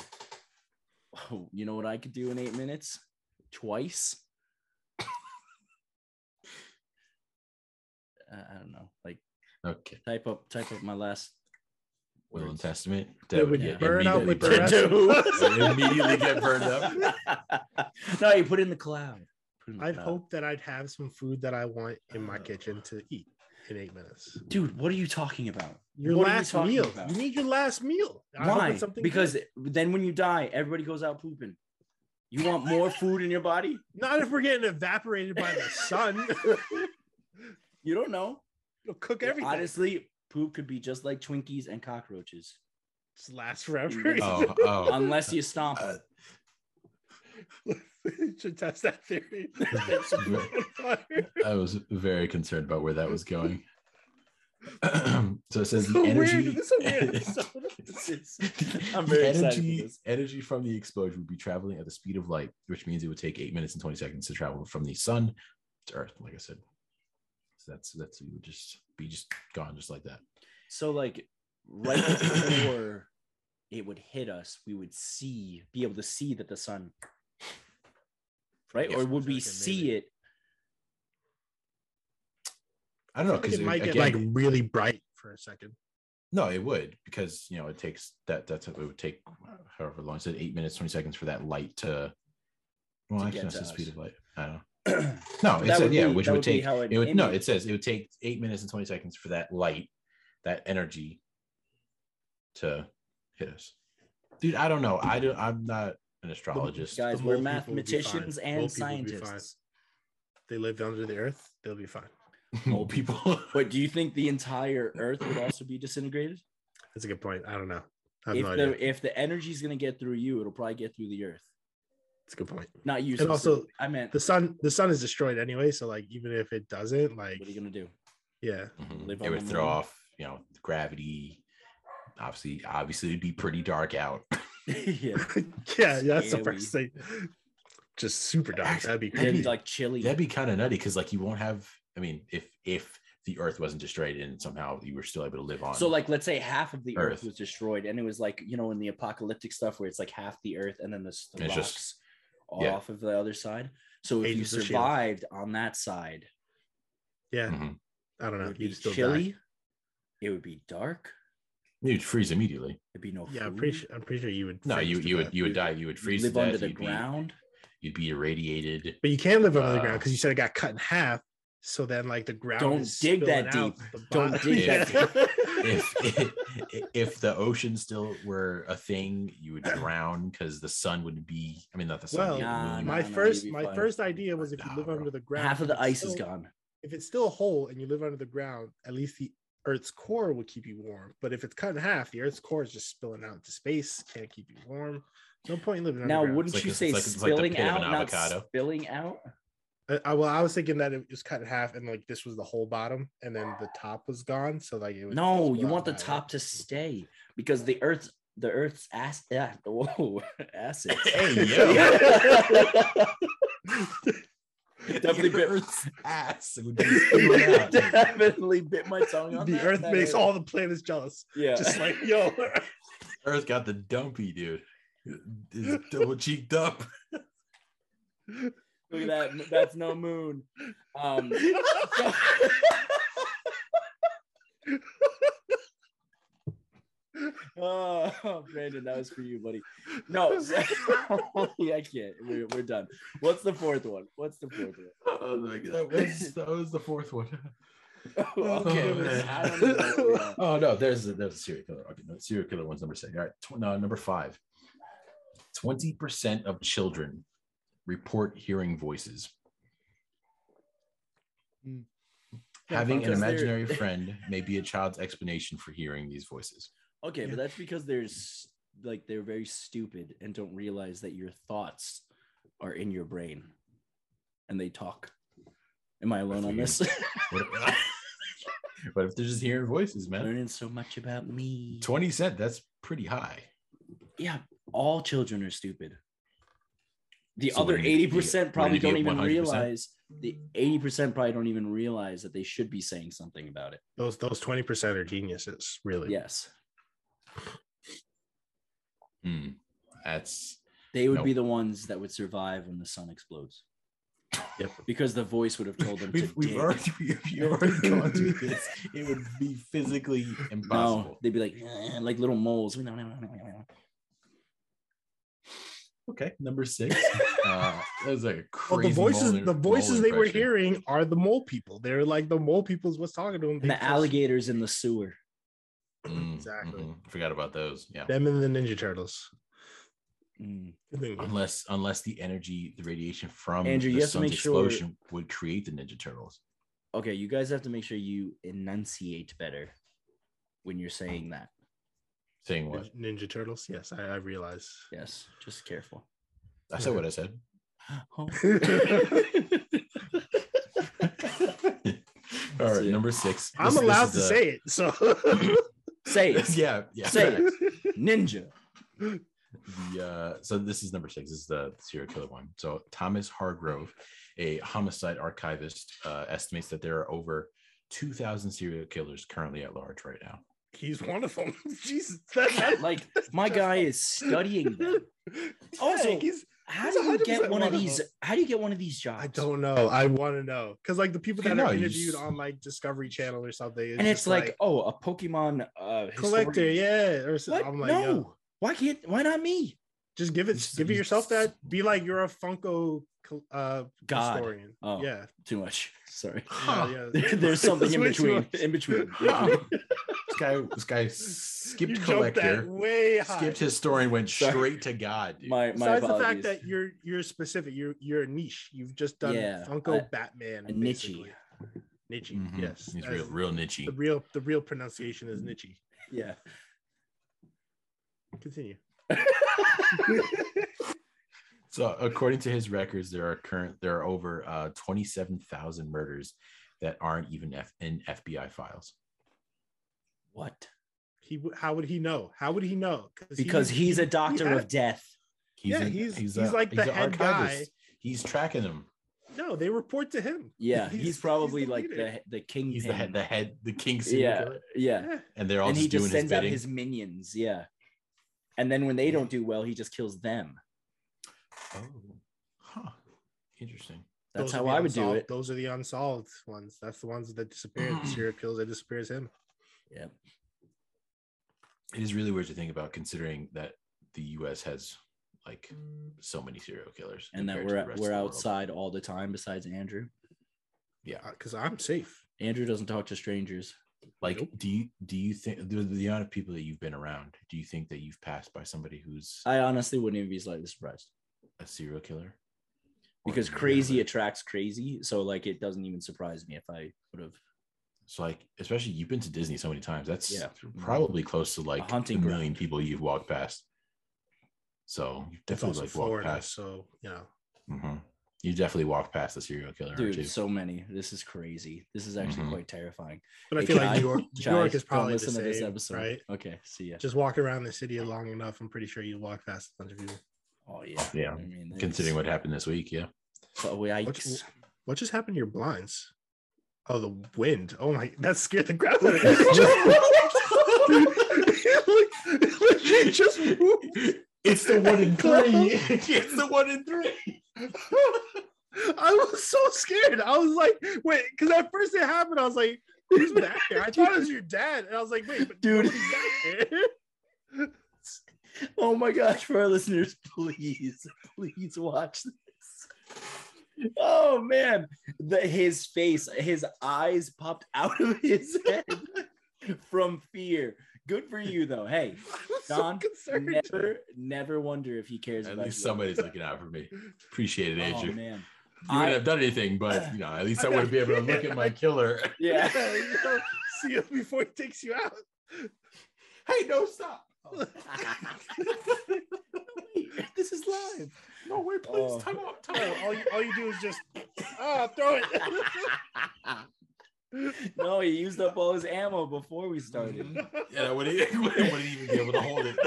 oh, you know what I could do in eight minutes? Twice. Uh, I don't know. Like Okay. type up, type up my last. Will and Words. Testament. They would get burn out immediately with the burned rest. Immediately get burned up. no, you put it in the cloud. Put it in the I'd cloud. hope that I'd have some food that I want in my Oh. kitchen to eat in eight minutes. dude. What are you talking about? Your What are you last talking meal. about? You need your last meal. I hope Why? it's something Because good. then when you die, everybody goes out pooping. You want more food in your body? not if we're getting evaporated by the sun. You don't know. It'll cook everything. Honestly, poop could be just like Twinkies and cockroaches. Just last forever. Oh, oh. unless you stomp Uh, it. Should test that theory. I was very concerned about where that was going. so it says the so weird. energy. This is a weird episode. It's- it's- I'm The very excited for energy, this. energy from the explosion would be traveling at the speed of light, which means it would take eight minutes and 20 seconds to travel from the sun to Earth, like I said. So that's that's you would just be just gone just like that. So like right before it would hit us, we would see, be able to see that the sun, right? Yeah. or would So we like a see maybe. it? I don't know Like because it might get like like really bright for a second. no, it would because you know it takes that that's it would take however long. It said eight minutes, 20 seconds for that light to well, To actually, get that's to the speed us. of light. I don't know. That No, it said, would yeah, be- which that would, be take how an it would no, image- it says it would take eight minutes and 20 seconds for that light, that energy to hit us. Dude, I don't know. I do I'm not an astrologist. guys. the We're mole people would be fine. mathematicians and Mole people would be fine. scientists. They live under the earth. They'll be fine. Old people. But do you think the entire Earth would also be disintegrated? That's a good point. I don't know. I have If no idea. the if the energy's gonna get through you, it'll probably get through the Earth. It's a good point. Not you. And also, specifically. I meant The sun, the sun is destroyed anyway. So like, even if it doesn't, like, what are you gonna do? yeah, Mhm. Live It on would the throw moon. off, you know, gravity. Obviously, obviously it'd be pretty dark out. yeah, yeah, that's the Scary. first thing. Just super dark. That'd be it'd crazy. be like chilly. That'd be kind of nutty because like you won't have I mean, if if the earth wasn't destroyed and somehow you were still able to live on So, like, let's say half of the Earth, Earth. was destroyed, and it was like you know in the apocalyptic stuff where it's like half the Earth and then the, s- the It's rocks just- yeah. off of the other side. So if you Agents of S.H.I.E.L.D.. survived on that side, yeah, Mhm. I don't it know. would be You'd Uh, still chilly. die. It would be dark. you'd freeze immediately. It'd be no. Yeah, I'm food. pretty sure. I'm pretty sure you would. No, freeze you to you would death. you would die. You would You'd freeze live to death. under the you'd ground. Be, you'd be irradiated. But you can live under the Uh, ground because you said it got cut in half. So then, like the ground. Don't is dig that spilling out deep. the Don't bottom. dig that If if the ocean still were a thing, you would drown because the sun would be. I mean, not the sun. Well, the Nah, moon. nah. my you'd first, be my fine. first idea was if you Nah, live bro. under the ground, Half of if the ice it's is still- gone. If it's still whole and you live under the ground, at least the Earth's core will keep you warm. But if it's cut in half, the Earth's core is just spilling out into space. Can't keep you warm. No point in living Now, underground. wouldn't like you a- it's say like- it's like the spilling pit of an out, not avocado. spilling out? Uh, I, I, well, I was thinking that it was cut in half, and like this was the whole bottom, and then the top was gone. So like, it was No, you want the top to stay because the Earth's the Earth's ass. Yeah, whoa, acid. Hey Yeah. Definitely The bit- Earth's ass would be spilling out. definitely bit my tongue on The that. Earth That makes is- all the planets jealous. yeah. Just like yo, Earth got the dumpy dude. It's double cheeked up. Look at that. That's no moon. Um, so- oh, Brandon, that was for you, buddy. No, so- yeah, I can't. We're, we're done. What's the fourth one? What's the fourth one? Oh my god, that was, that was the fourth one. okay, Oh, man. I don't even know. Yeah. Oh no, there's a, there's a serial killer. Okay, no, serial killer one's number six. All right, tw- no, number five. Twenty percent of children report hearing voices. Hmm. Having an because they're- imaginary friend may be a child's explanation for hearing these voices. Okay, Yeah. but that's because there's like they're very stupid and don't realize that your thoughts are in your brain and they talk. Am I alone on this? What if, what if they're just hearing voices, man? Learning so much about me. Twenty cent. That's pretty high. Yeah, all children are stupid. The So other wouldn't it be- eighty percent probably wouldn't it don't be even 100%? realize. The eighty percent probably don't even realize that they should be saying something about it. Those those twenty percent are geniuses, really. Yes, Hmm. That's they would No. be the ones that would survive when the sun explodes. Yep. Because the voice would have told them to we've, we've dig. already we've you've already gone through this. It would be physically No, impossible. they'd be like "Eh," like little moles. Okay, number six. uh, that was like a Well, crazy. the voices, mole- the voices mole they were impression. hearing are the mole people. They're like the mole people's what's talking to them. And They the alligators in the sewer. Mm, Exactly. mm-hmm. mhm. Forgot about those. Yeah. them and the Ninja Turtles. Mm. Good thing. Unless unless the energy, the radiation from Andrew, the you have to sun's make sure- explosion would create the Ninja Turtles. Okay, you guys have to make sure you enunciate better when you're saying that. Saying what? Ninja, Ninja Turtles. Yes, I, I realize. Yes, just careful. I said what I said. Oh. All That's right, it. number six. I'm This- this allowed is to a- say it. So Say it. yeah, yeah. Say it. Ninja. The, uh, so this is number six. This is the serial killer one. So Thomas Hargrove, a homicide archivist, uh, estimates that there are over 2,000 serial killers currently at large right now. he's one of them. Jesus, that, that- Like my guy is studying them. Also, Yeah, he's- How He's do you 100% get one one of of these? them. How do you get one of these jobs? I don't know. I want to know because like the people You that know, are you interviewed s- on like Discovery Channel or something, it's And it's just like, oh, a Pokemon uh, collector, historian. yeah. Or so, What? I'm like, no. yo, Why can't? Why not me? just give it, He's- give it he's- yourself that. Be like you're a Funko col- uh, God. historian. Oh. Yeah, Too much. Sorry. Huh. yeah, yeah. There's something That's in way too between. much. In between. Huh. This guy, this guy skipped You jumped that collector, way high. skipped historian, went Sorry. straight to God. Dude. My my Besides the fact apologies. that you're you're specific, you're you're a niche. You've just done Yeah, Funko a- Batman, a niche-y. basically. niche. Mhm. Yes, he's that real, is- real niche. The real the real pronunciation is niche. yeah. Continue. So, according to his records, there are current there are over uh, 27,000 murders that aren't even F- in FBI files. What? He w- how would he know? How would he know? Because he's a doctor had- of death. He's Yeah, an- he's- he's like the an head guy. archivist. He's tracking them. no, they report to him. Yeah, he's, He's- he's probably the like leader. the the king. He's the head, the head, the king serial Yeah, killer, yeah. and they're all And he just doing just sends his out bidding. his minions. Yeah. And then when they don't do well, he just kills them. Oh, huh. Interesting. That's Those are how the I would do unsolved- it. Those are the unsolved ones. That's the ones that disappeared. The serial kills that disappears him. Yeah. It is really weird to think about, considering that the U.S. has like so many serial killers, And that compared to we're the rest we're of the world. outside all the time. Besides Andrew, Yeah. Because Uh, I'm safe. Andrew doesn't talk to strangers. Like, Nope. do you do you think the, the amount of people that you've been around? Do you think that you've passed by somebody who's I honestly wouldn't even be slightly surprised a serial killer? Or because a murderer? crazy attracts crazy. So like, it doesn't even surprise me if I would have So like, especially you've been to Disney so many times. That's Yeah. probably close to like hunting hunting the million ground. people you've walked past. So you It's definitely also like walked Florida, past. so you know. Mhm. You definitely walked past the serial killer. or two. Dude, so many. This is crazy. This is actually Mhm. quite terrifying. But I Hey, feel like Chai, New York, New Chai, York is don't probably listen the to this same, episode. right? Okay, see ya. Just walk around the city long enough. I'm pretty sure you walk past a bunch of people. oh yeah, Yeah, I mean, considering what happened this week, yeah. oh, yikes. What's- What just happened to your blinds? Oh, the wind. Oh my, that scared the crap out of me. It legit just moved. It's the one in three. it's the one in three. I was so scared. I was like, wait, because at first it happened, I was like, who's back there? I thought it was your dad. And I was like, wait, but Dude. nobody's back there. Oh my gosh, for our listeners, please, please watch this. Oh man, the his face, his eyes popped out of his head from fear. Good for you though. Hey, I was Don, so concerned. never, never wonder if he cares At about least you. somebody's looking out for me. Appreciate it, Oh Andrew. man, you wouldn't I- have done anything, but you know, at least I I would be able to look at my killer. yeah. you know, see him before he takes you out. hey, no, stop. Wait, this is live. No, wait, Oh. out, Oh, all, you, all you do is just ah, throw it. Oh. no, he used up all his ammo before we started. Yeah, I wouldn't, wouldn't even be able to hold it.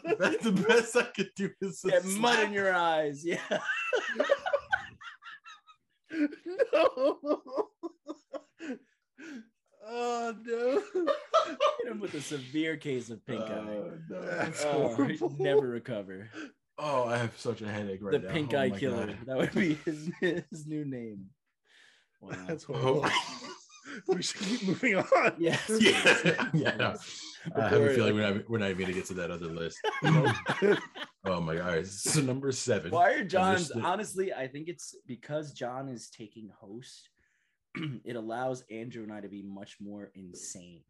That's the best I could do. Is a Get mud slap. in your eyes. Yeah. no. oh no. Hit him with a severe case of pink eye. Uh, no. That's oh, Oh, he'd horrible. never recover. oh, I have such a headache right the now. pink Oh eye my killer. God. That would be his, his new name. Wow. That's horrible. Oh. we should keep moving on. yes. yeah, yeah. I know. I have a Victoria. feeling we're not, we're not even going to get to that other list. oh my god! All right, so number seven. Why are John's that- honestly? I think it's because John is taking host. it allows Andrew and I to be much more insane.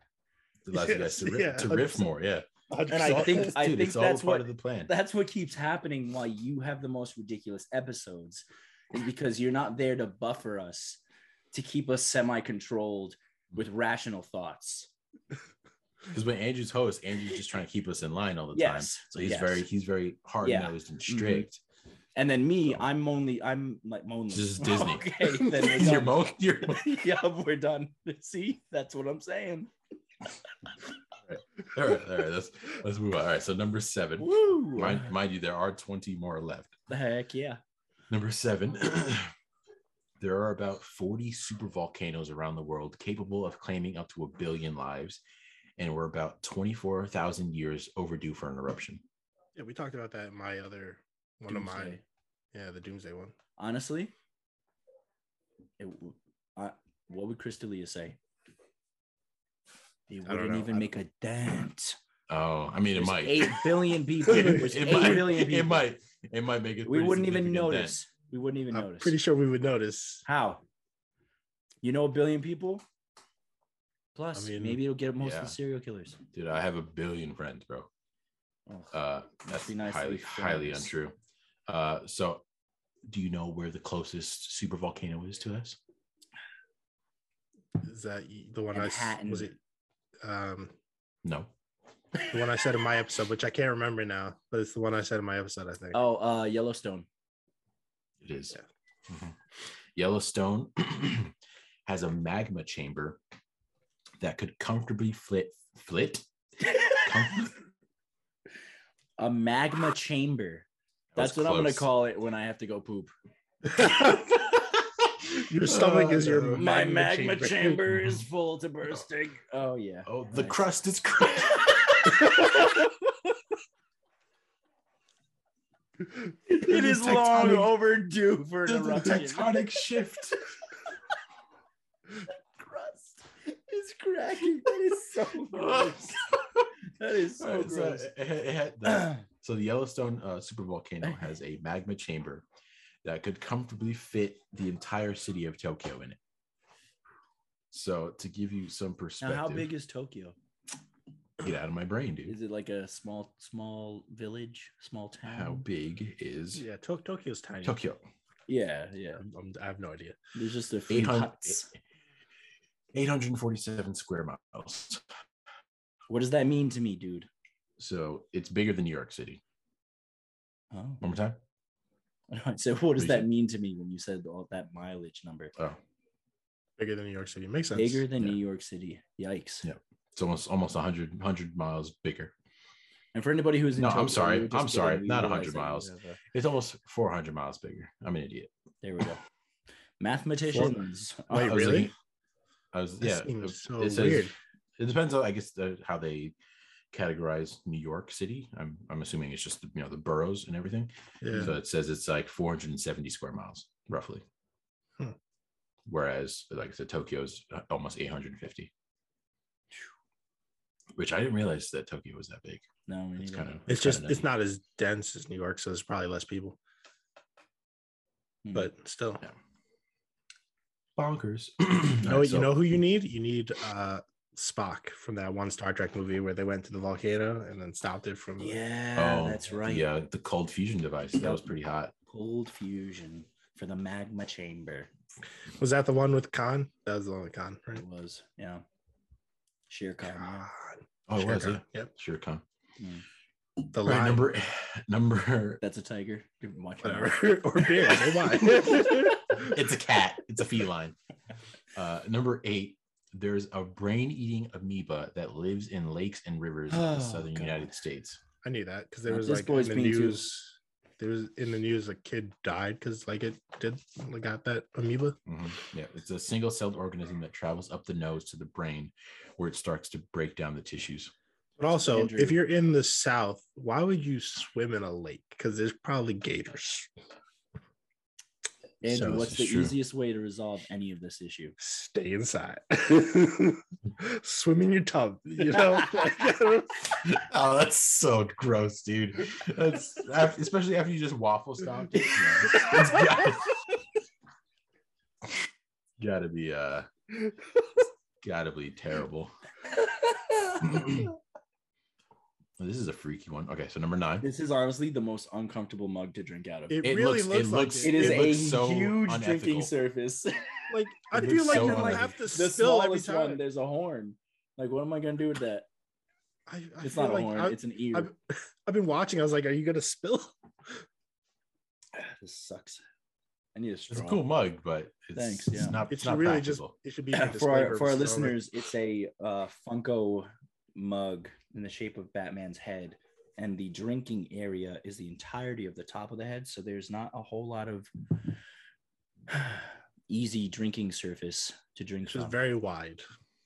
It allows you guys to riff, Yeah, to riff 100%. more. Yeah, And I think- I Dude, think it's all that's part what- of the plan. That's what keeps happening. Why you have the most ridiculous episodes is because you're not there to buffer us, to keep us semi-controlled with rational thoughts. Because when Andrew's host, Andrew's just trying to keep us in line all the time. Yes. So he's yes. Mm-hmm. very he's very hard nosed and strict. And then me, So- I'm only. I'm like only. This is Disney. Okay, then we're You're done. most you're mo- yeah, we're done. See, that's what I'm saying. all right, all right. Let's let's move on. All right, so number seven. Woo! Mind, mind you, there are 20 more left. Heck yeah. Number seven. there are about 40 super volcanoes around the world capable of claiming up to a billion lives, and we're about 24,000 years overdue for an eruption. Yeah, we talked about that in my other one of mine. Doomsday. Yeah, the Doomsday one. honestly, it, w- I, what would Chris D'Elia say? They don't wouldn't know. I- even make a dent. Oh, I mean, it There's might. Eight billion people. it, There's eight might billion people. it might. It might make it. We pretty wouldn't even significant dent. notice. We wouldn't even I'm notice. pretty sure we would notice. How? You know a billion people? Plus, mean, maybe it'll get most of yeah. the serial killers. Dude, I have a billion friends, bro. Oh, Uh, Must that's be nice to highly, be highly friends. untrue. Uh, so, do you know where the closest super volcano is to us? Is that y- the one I Manhattan. s- was it? Um, No. the one I said in my episode, which I can't remember now, but it's the one I said in my episode. I think. oh uh, Yellowstone. It is. Yeah. Mhm. Yellowstone has a magma chamber that could comfortably flit, flit. Com- a magma chamber. That was That's what I'm going close. to call it when I have to go poop. your stomach is your Oh, no. My magma magma chamber. chamber, is full to bursting. Oh yeah. Oh, the Nice. crust is crust. It is long overdue for an There's a eruption. tectonic shift. crust is cracking. That is so gross. That is so All right, so gross. uh, it had- it had the- So the Yellowstone uh, supervolcano has a magma chamber that could comfortably fit the entire city of Tokyo in it. So to give you some now, perspective, how big is Tokyo? get out of my brain, dude. Is it like a small, small village, small town? How big is Yeah, to- Tokyo's tiny. Tokyo? Yeah, yeah. I'm, I'm- I have no idea. There's just a few 800 huts. 847 square miles. What does that mean to me, dude? So it's bigger than New York City. Oh. One more time. So, what does Reason. that mean to me when you said all that mileage number? Oh, Bigger than New York City makes sense. Bigger than yeah. New York City. Yikes. Yeah. it's almost almost 100 100 miles bigger. And for anybody who's in No, I'm Tokyo, sorry. we were just I'm sorry. kidding. We Not 100 realized that we miles. have a- It's almost 400 miles bigger. I'm an idiot. There we go. Mathematicians. I Wait, was really? thinking- I was That yeah. seems it- so it says- weird. It depends on I guess uh, how they categorize New York City. I'm I'm assuming it's just you know the boroughs and everything. Yeah. So it says it's like 470 square miles roughly. Hmm. Whereas like I said, Tokyo's uh, almost 850. Which I didn't realize that Tokyo was that big. No, we It's need kind to- of it's just it's not. not as dense as New York, so there's probably less people, Hmm. but still. Yeah. bonkers. You know, you know who you need? You need uh Spock from that one Star Trek movie where they went to the volcano and then stopped it from yeah, that's right. Yeah, the, uh, the cold fusion device that was pretty hot. Cold fusion for the magma chamber. was that the one with Khan? That was the one with Khan, right? It was yeah. Sheer Khan. yeah. God. Oh, it Shere was. Yeah, Khan. Yep. sure. Come. The All right, line. number number. That's a tiger. You're watching that. whatever. or beer. Oh my. It's a cat. It's a feline. Uh, number eight. There's a brain-eating amoeba that lives in lakes and rivers in Oh, the southern God. United States. I knew that because there Not was this like in boy's the being too- news. There was in the news a kid died because like it did like got that amoeba. Mhm. Yeah, it's a single celled organism that travels up the nose to the brain where it starts to break down the tissues. But also, Andrew- if you're in the south, why would you swim in a lake? Because there's probably gators. Andrew, So what's this the is true. easiest way to resolve any of this issue? Stay inside. swim in your tub. You know. Oh, that's so gross, dude. That's af- especially after you just waffle stomped. No, it's gotta, gotta be uh gotta be terrible. this is a freaky one. Okay, so number nine. this is honestly the most uncomfortable mug to drink out of. it, It really looks- looks, it like looks- it is it a looks so huge unethical. drinking surface. the Like I it feel looks like so you would unethical. have to spill every smallest time. one, there's a horn. Like, what am I gonna do with that? I, I It's feel not a like horn. I, it's an ear. I've- I've been watching. I was like, "Are you gonna spill?" this sucks. I need a straw. It's a cool mug, but it's, Thanks, it's yeah. not It it's should not really practical. just. It should be for, for display our, for our purposes only. listeners, it's a uh, Funko mug in the shape of Batman's head, and the drinking area is the entirety of the top of the head. So there's not a whole lot of easy drinking surface to drink It's just from. very wide.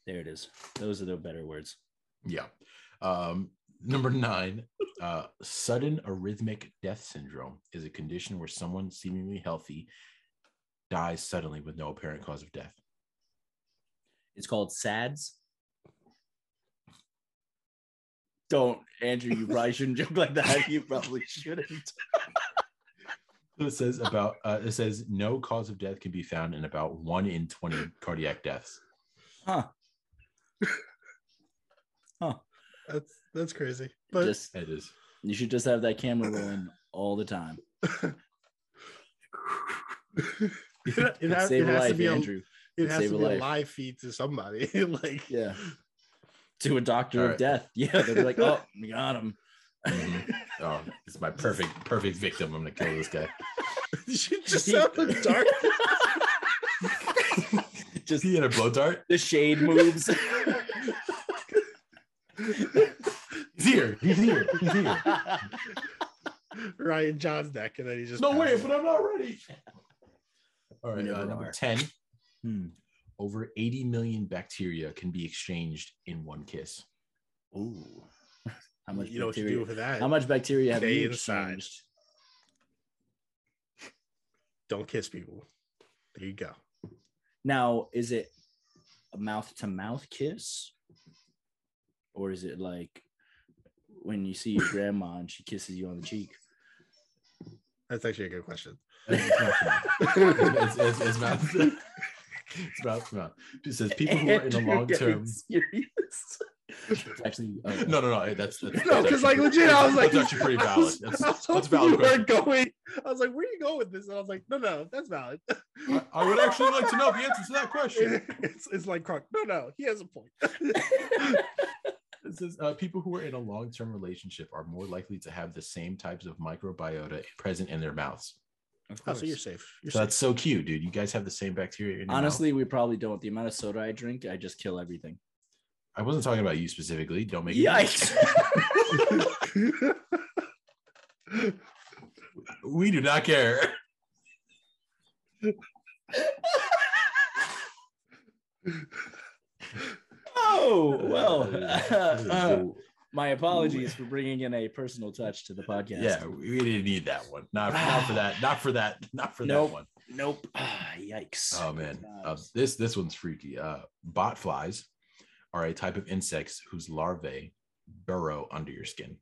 there it is. Those are the better words. yeah. Um, number nine, uh, sudden arrhythmic death syndrome is a condition where someone seemingly healthy dies suddenly with no apparent cause of death. It's called SADS. Don't, Andrew. You probably shouldn't joke like that. You probably shouldn't. It says about uh, it says no cause of death can be found in about one in twenty cardiac deaths. That's that's crazy. But just It is. you should just have that camera rolling all the time. it, ha- it It'd has, save it a has life, to be a, Andrew. it has Save to a be a life. live feed to somebody. like Yeah. to a doctor All right. of death. Yeah, they'll be like, oh, we got him. Mhm. Oh, it's my perfect perfect victim. I'm gonna kill this guy. you just sound dark. Just He had a blow dart. the shade moves. He's here. He's here. He's Hmm. here. Ryan John's neck, and then he just No way, passes. but I'm not ready. All right, uh, Never number are. ten. Hmm. Over 80 million bacteria can be exchanged in one kiss. Ooh. How much you know what you bacteria? do for that? how much bacteria have Stay you inside. exchanged? Don't kiss people. There you go. Now, is it a mouth to mouth kiss? Or is it like when you see your grandma and she kisses you on the cheek? That's actually a good question. It's mouth to mouth. It's, it's- it's mouth to- it's mouth to mouth. It says people who are in the Andrew long getting term. serious. It's actually uh, No, no, no. That's, that's No, because like legit, I was like, that's actually pretty I was- valid. That's, that's I a was valid. hoping Question. You were going. I was like, where are you going with this? And I was like, no, no, that's valid. I, I would actually like to know the answer to that question. it's, it's like Croc. No, no, he has a point. It says uh, people who are in a long term relationship are more likely to have the same types of microbiota present in their mouths. of Oh, course. so you're safe. You're So safe. that's so cute, dude. You guys have the same bacteria in your mouth. Honestly, we probably don't. The amount of soda I drink, I just kill everything. I wasn't talking about you specifically. Don't make it Yikes! We do not care. oh well. This is uh, cool. my apologies for bringing in a personal touch to the podcast. yeah, we didn't need that one. Not, not for that. Not for that. Not for Nope. that one. Nope. Ah, yikes. Oh man, uh, this this one's freaky. Uh, bot flies are a type of insects whose larvae burrow under your skin.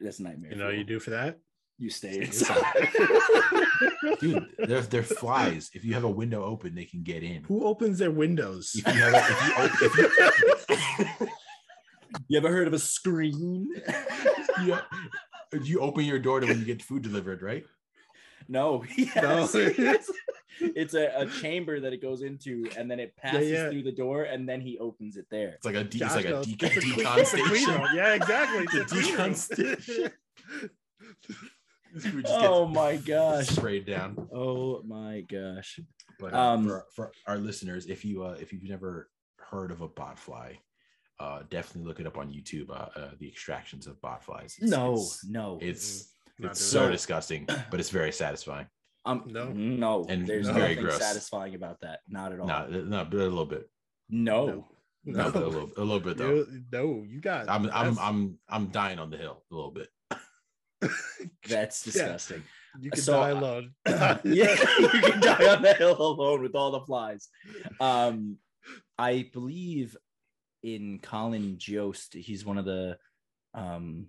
That's a nightmare. you know what you do for that? You stay inside. inside. Dude, they're they're flies. If you have a window open, they can get in. Who opens their windows? If you have a- if you op- if you- you ever heard of a screen? you, you open your door to when you get food delivered, right? no. Yes. No. yes. It's a, a chamber that it goes into, and then it passes yeah. through the door, and then he opens it there. It's like a de- Josh it's like a knows. de- It's a queen- decon it's a queen station. room. Yeah, exactly. The It's a queen room. decon station. This food just Oh my gosh. gets sprayed down. Oh my gosh. But uh, Um, for, for our listeners, if you uh, if you've never heard of a botfly, uh, definitely look it up on YouTube. Uh, uh, the extractions of botflies. It's- No, it's no. it's, Mm-hmm. Not it's doing so that. disgusting, but it's very satisfying. um, no, No. no. And there's no. very nothing gross. satisfying about that. Not at all. No, no, but a little bit. no. No. No, No, but a little, a little bit though. You- no, you got. I'm, I'm, that's- I'm, I'm dying on the hill a little bit. That's Yeah. disgusting. You can so die I- alone. yeah, you can die on the hill alone with all the flies. Um, I believe in Colin Jost, he's one of the um,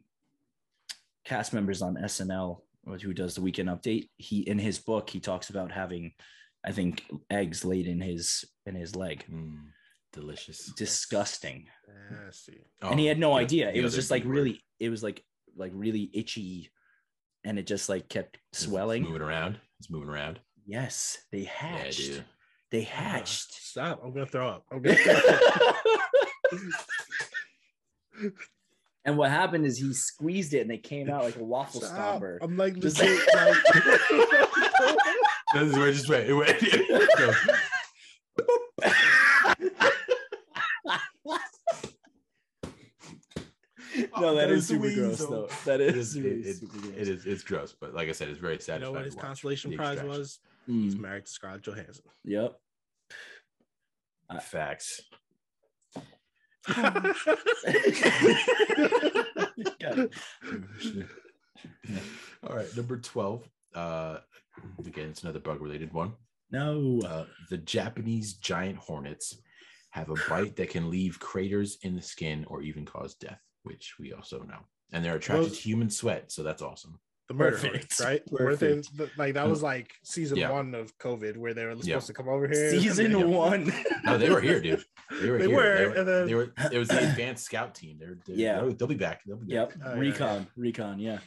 cast members on SNL who does the weekend update. He in his book he talks about having, I think, eggs laid in his in his leg. Mm, delicious. Disgusting. Nasty. and he had no Oh, the- idea. the It was other just like big word. really, it was like like really itchy, and it just like kept It's swelling. moving around. It's moving around. Yes, they Yeah, hatched. dude. they Ah, hatched. Stop. I'm gonna throw up. I'm gonna throw up. and what happened is he squeezed it and they came out like a waffle Stop. Oh. stopper. I'm like Just- legit. like- This is where just wait. it went- it goes, no, "Oh, that is the super gross weasel." though. That It is is, really it, super it- gross. it is, it's gross, but like I said, it's very you satisfying. know what to his watch. consolation The prize extraction. Mm-hmm. was? He's Mm, married to Scarlett Johansson. yep. Facts. Got it. All right, number twelve. Uh, again, it's another bug-related one. No. Uh, the Japanese giant hornets have a bite that can leave craters in the skin or even cause death, which we also know. And they're attracted Those- to human sweat, so that's awesome. the murder Perfect. hornets, right? Weren't they- Perfect. th- like that was like season Yeah. one of COVID, where they were supposed Yeah. to come over here. Season Yeah. one. No, they were here, dude. They were They here. were, they were. and then- they were- It was the advanced scout team. They're, they're- Yeah. they'll, they'll be back. They'll be back. Yep. Oh, yeah, recon. Recon. Yeah.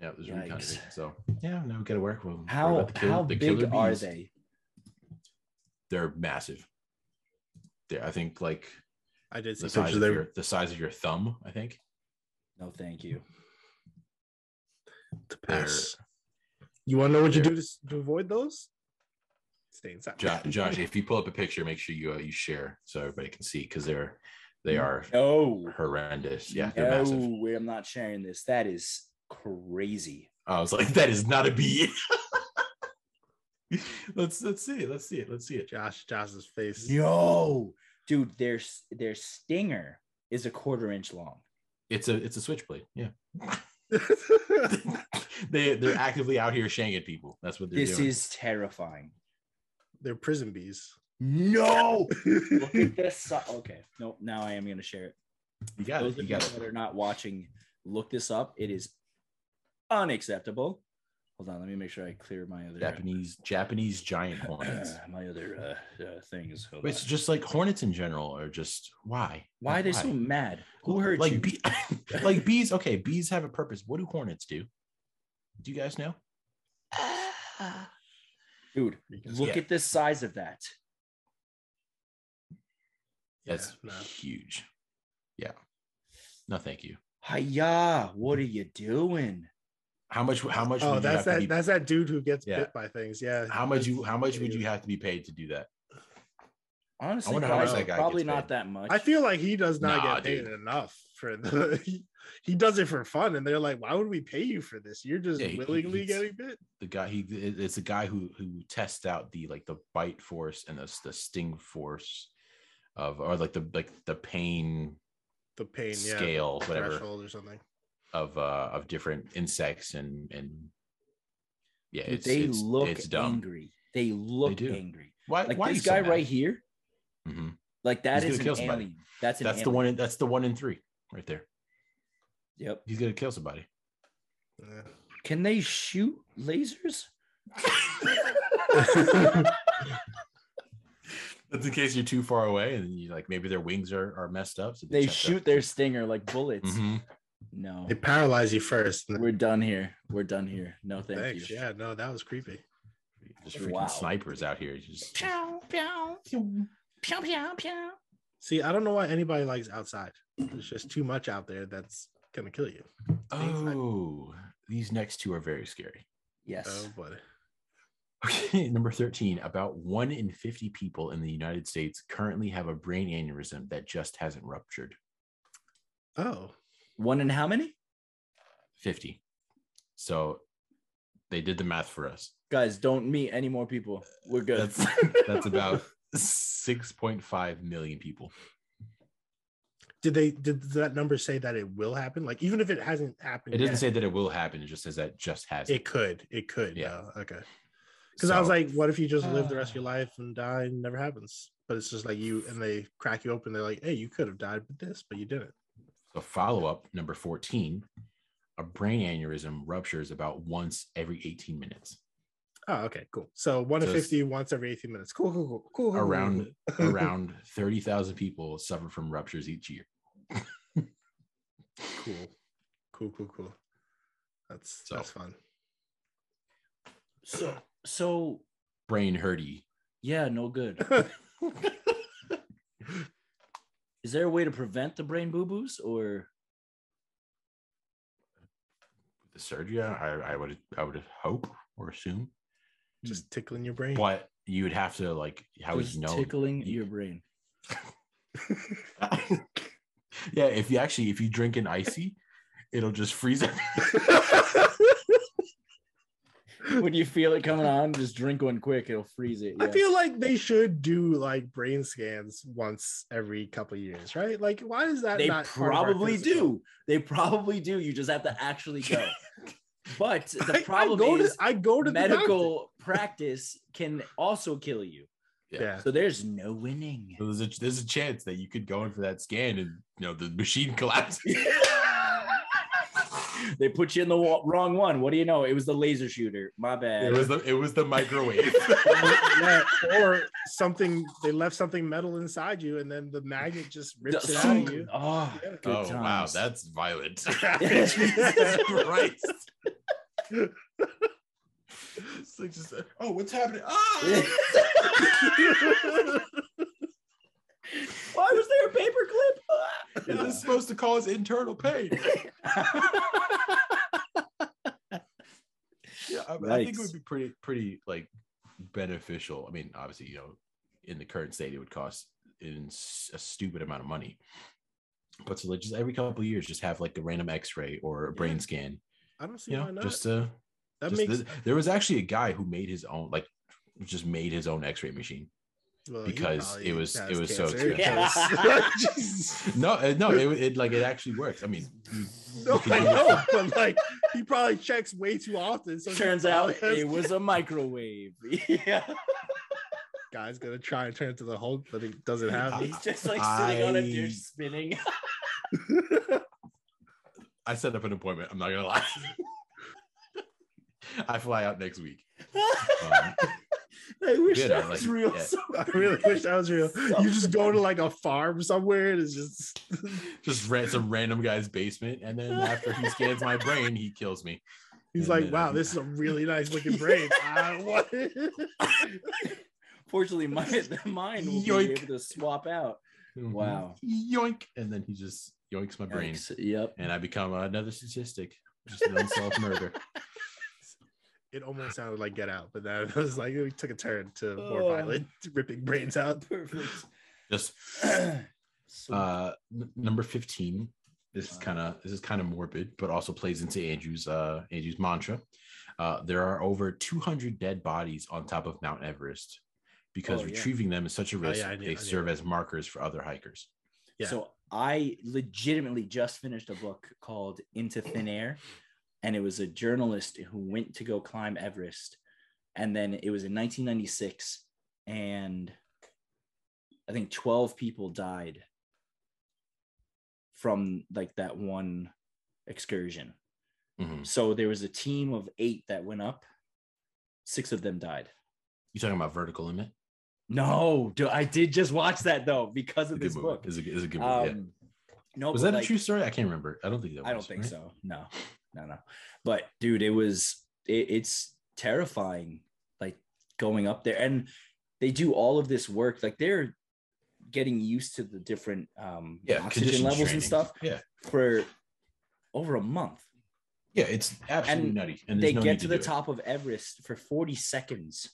Yeah, it was recon. Yikes. division, So yeah, now we gotta work with them. How how big are they? They're massive. They're, I think like I did see the size pictures. of They your were the size of your thumb. I think. No, thank you. to They're- pass. You want to know what you they're- do to, s- to avoid those? Stay inside. Jo- Josh, if you pull up a picture, make sure you uh, you share so everybody can see because they're Mm. they are No. horrendous. Yeah, they're massive. Oh, No, we- I'm not sharing this. That is crazy. I was like, that is not a bee. let's let's see it. Let's see it. Let's see it. Josh, Josh's face. Yo, dude, their s- their stinger is a quarter inch long. It's a it's a switchblade. Yeah. they they're actively out here shanking people. That's what they're This doing. is terrifying. They're prison bees. No. Look at this. si- Okay. Nope. Now I am gonna share it. you got Those it. of You you got it. that are not watching, look this up. It is unacceptable. Hold on. Let me make sure I clear my other Japanese Japanese giant hornets. my other uh, uh, things. Hold But it's on. just like hornets in general are just why? Why are they so mad? Who hurt like you? bee- like bees? Okay, bees have a purpose. What do hornets do? Do you guys know? Ah, Dude, Because- look Yeah. at the size of that. That's Yeah, no. huge. Yeah. No, thank you. Hiya, what are you doing? How much? How much? Oh, would you that's have that. to be, That's that dude who gets Yeah. bit by things. Yeah. how much? You how much would you have to be paid to do that? Honestly, wonder how probably, much that guy gets probably paid. not that much. I feel like he does not Nah, get paid dude. enough for the. He, he does it for fun, and they're like, "Why would we pay you for this? You're just Yeah, he- willingly he's- getting bit." the guy he it- it's a guy who who tests out the like the bite force and the, the sting force of or like the like the pain The pain, yeah, scale whatever threshold or something. of uh of different insects and and yeah Dude, it's they it's, look it's dumb angry. They look do. angry. why Like why this guy right here, hmm like that He's is gonna an kill alien. somebody. That's an that's the alien. one in, that's the one in three right there Yep. he's gonna kill somebody Yeah. Can they shoot lasers? that's in case you're too far away and you like maybe their wings are, are messed up so They chop shoot up. their stinger like bullets. Mhm. No. They paralyze you first. and then- We're done here. We're done here. No, thank Thanks. you. Yeah, no, that was creepy. just freaking Wow. snipers out here just Pew, pew, pew, pew, pew, pew. See, I don't know why anybody likes outside. There's just too much out there that's gonna kill you. Oh, these next two are very scary. Yes. Oh boy. Okay, number 13 about one in 50 people in the United States currently have a brain aneurysm that just hasn't ruptured. Oh, One in how many? 50. So they did the math for us. Guys, don't meet any more people. We're good. That's, that's about 6.5 million people. did they did that number say that it will happen? Like even if it hasn't happened, It doesn't yet, say that it will happen. It just says that just has. it could. It could. Yeah. Yeah. okay. Because I was So- like, what if you just live the rest of your Ah. life and die and it never happens? But it's just like you and they crack you open. They're like, hey, you could have died with this, but you didn't. So follow up number 14, a brain aneurysm ruptures about once every 18 minutes. Oh, okay, cool. So one of So it's- fifty once every eighteen minutes. Cool, cool, cool, cool. cool, Around cool. around 30,000 people suffer from ruptures each year. cool, cool, cool, cool. That's So- that's fun. so so Brain hurdy. yeah, no good. Is there a way to prevent the brain boo boos or The surgery, I, I would I would hope or assume. Just tickling your brain. But you would have to like how would just you know? tickling You- your brain? yeah, if you actually if you drink an icy, it'll just freeze everything. when you feel it coming on, just drink one quick. It'll freeze it. I yeah. feel like they should do like brain scans once every couple of years, right? Like, why is that? they not part of our probably physical? do. They probably do. You just have to actually go. But I- the problem I, go is to, I go to medical. medical practice can also kill you. Yeah. So there's no winning. So there's a there's a chance that you could go in for that scan and you know the machine collapses. They put you in the wa- wrong one. What do you know? It was the laser shooter. My bad. it was the it was the microwave. yeah, or something. They left something metal inside you, and then the magnet just rips it out of you. Oh, Yeah. good oh wow, times. that's violent. Jesus Christ. It's like just, oh, what's happening? Ah! Why was there a paperclip? Is this supposed to cause internal pain? Yeah, I, I think it Yikes. would be pretty, pretty like beneficial. I mean, obviously, you know, in the current state, it would cost in s- a stupid amount of money. But so, like, just every couple of years, just have like a random X-ray or a brain Yeah. scan. I don't see You why know, not. just to that just makes this- there was actually a guy who made his own, like, just made his own X-ray machine. well, he because probably it was- it has was so cancer, expensive. because- Jesus. No, uh, no, it, it like it actually works. I mean, you- No, you can I do it. know, but like he probably checks way too often. So he Turns out probably it has- was a microwave. Yeah. guy's gonna try and turn into the Hulk, but it doesn't happen. He's just like sitting on a I- dish spinning. I set up an appointment. I'm not gonna lie. I fly out next week. Um, I wish Yeah, that like, was real. yeah. so I really wish that was real. You just go to like a farm somewhere and it's just just rent some random guy's basement, and then after he scans my brain, he kills me. he's like, wow, this is a really nice looking brain. I want it. Fortunately, my, mine will be Yoink. able to swap out. Wow. Mm-hmm. Yoink! And then he just yoinks my brain, Yikes. Yep. and I become another statistic, just an unsolved murder. It almost sounded like Get Out, but that was like it took a turn to more Oh. violent, ripping brains out. Perfect. Just So- uh, n- number fifteen. This is kind of this is kind of morbid, but also plays into Andrew's uh, Andrew's mantra. Uh, there are over 200 dead bodies on top of Mount Everest because Oh, yeah. retrieving them is such a yeah, risk. I knew- I they knew serve as markers for other hikers. Yeah. So I legitimately just finished a book called Into Thin Air, and it was a journalist who went to go climb Everest, and then it was in 1996, and I think 12 people died from like that one excursion. Mhm. So there was a team of eight that went up. Six of them died. You talking about vertical limit? No, do, I did just watch that though because of It's a good this movie. book. Is a, is a good movie. yeah. Um, no, Was but, that like, a true story? I can't remember. I don't think that. Was, I don't think right? so. No, no, no. But dude, it was it, it's terrifying, like going up there, and they do all of this work. Like they're getting used to the different um, Yeah, oxygen condition levels training. and stuff Yeah, for over a month. yeah, it's absolutely And nutty. And they there's no get need to, the do it. top of Everest for forty seconds,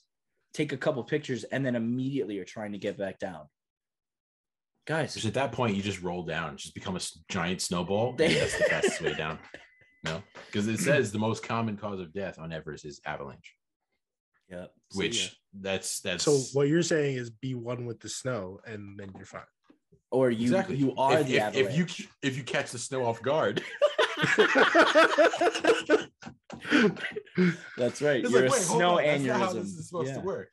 take a couple pictures, and then immediately are trying to get back down. guys. Because at that point, you just roll down, just become a s- giant snowball. They- and that's the fastest way down. No, because it says the most common cause of death on Everest is avalanche, Yep. So, which yeah. that's that's So what you're saying is be one with the snow, and then you're fine. or you you are if, the if, avalanche. if you if you catch the snow off guard. That's right. It's You're like, wait, a hold snow on, that's aneurysm. not how this is supposed yeah. to work.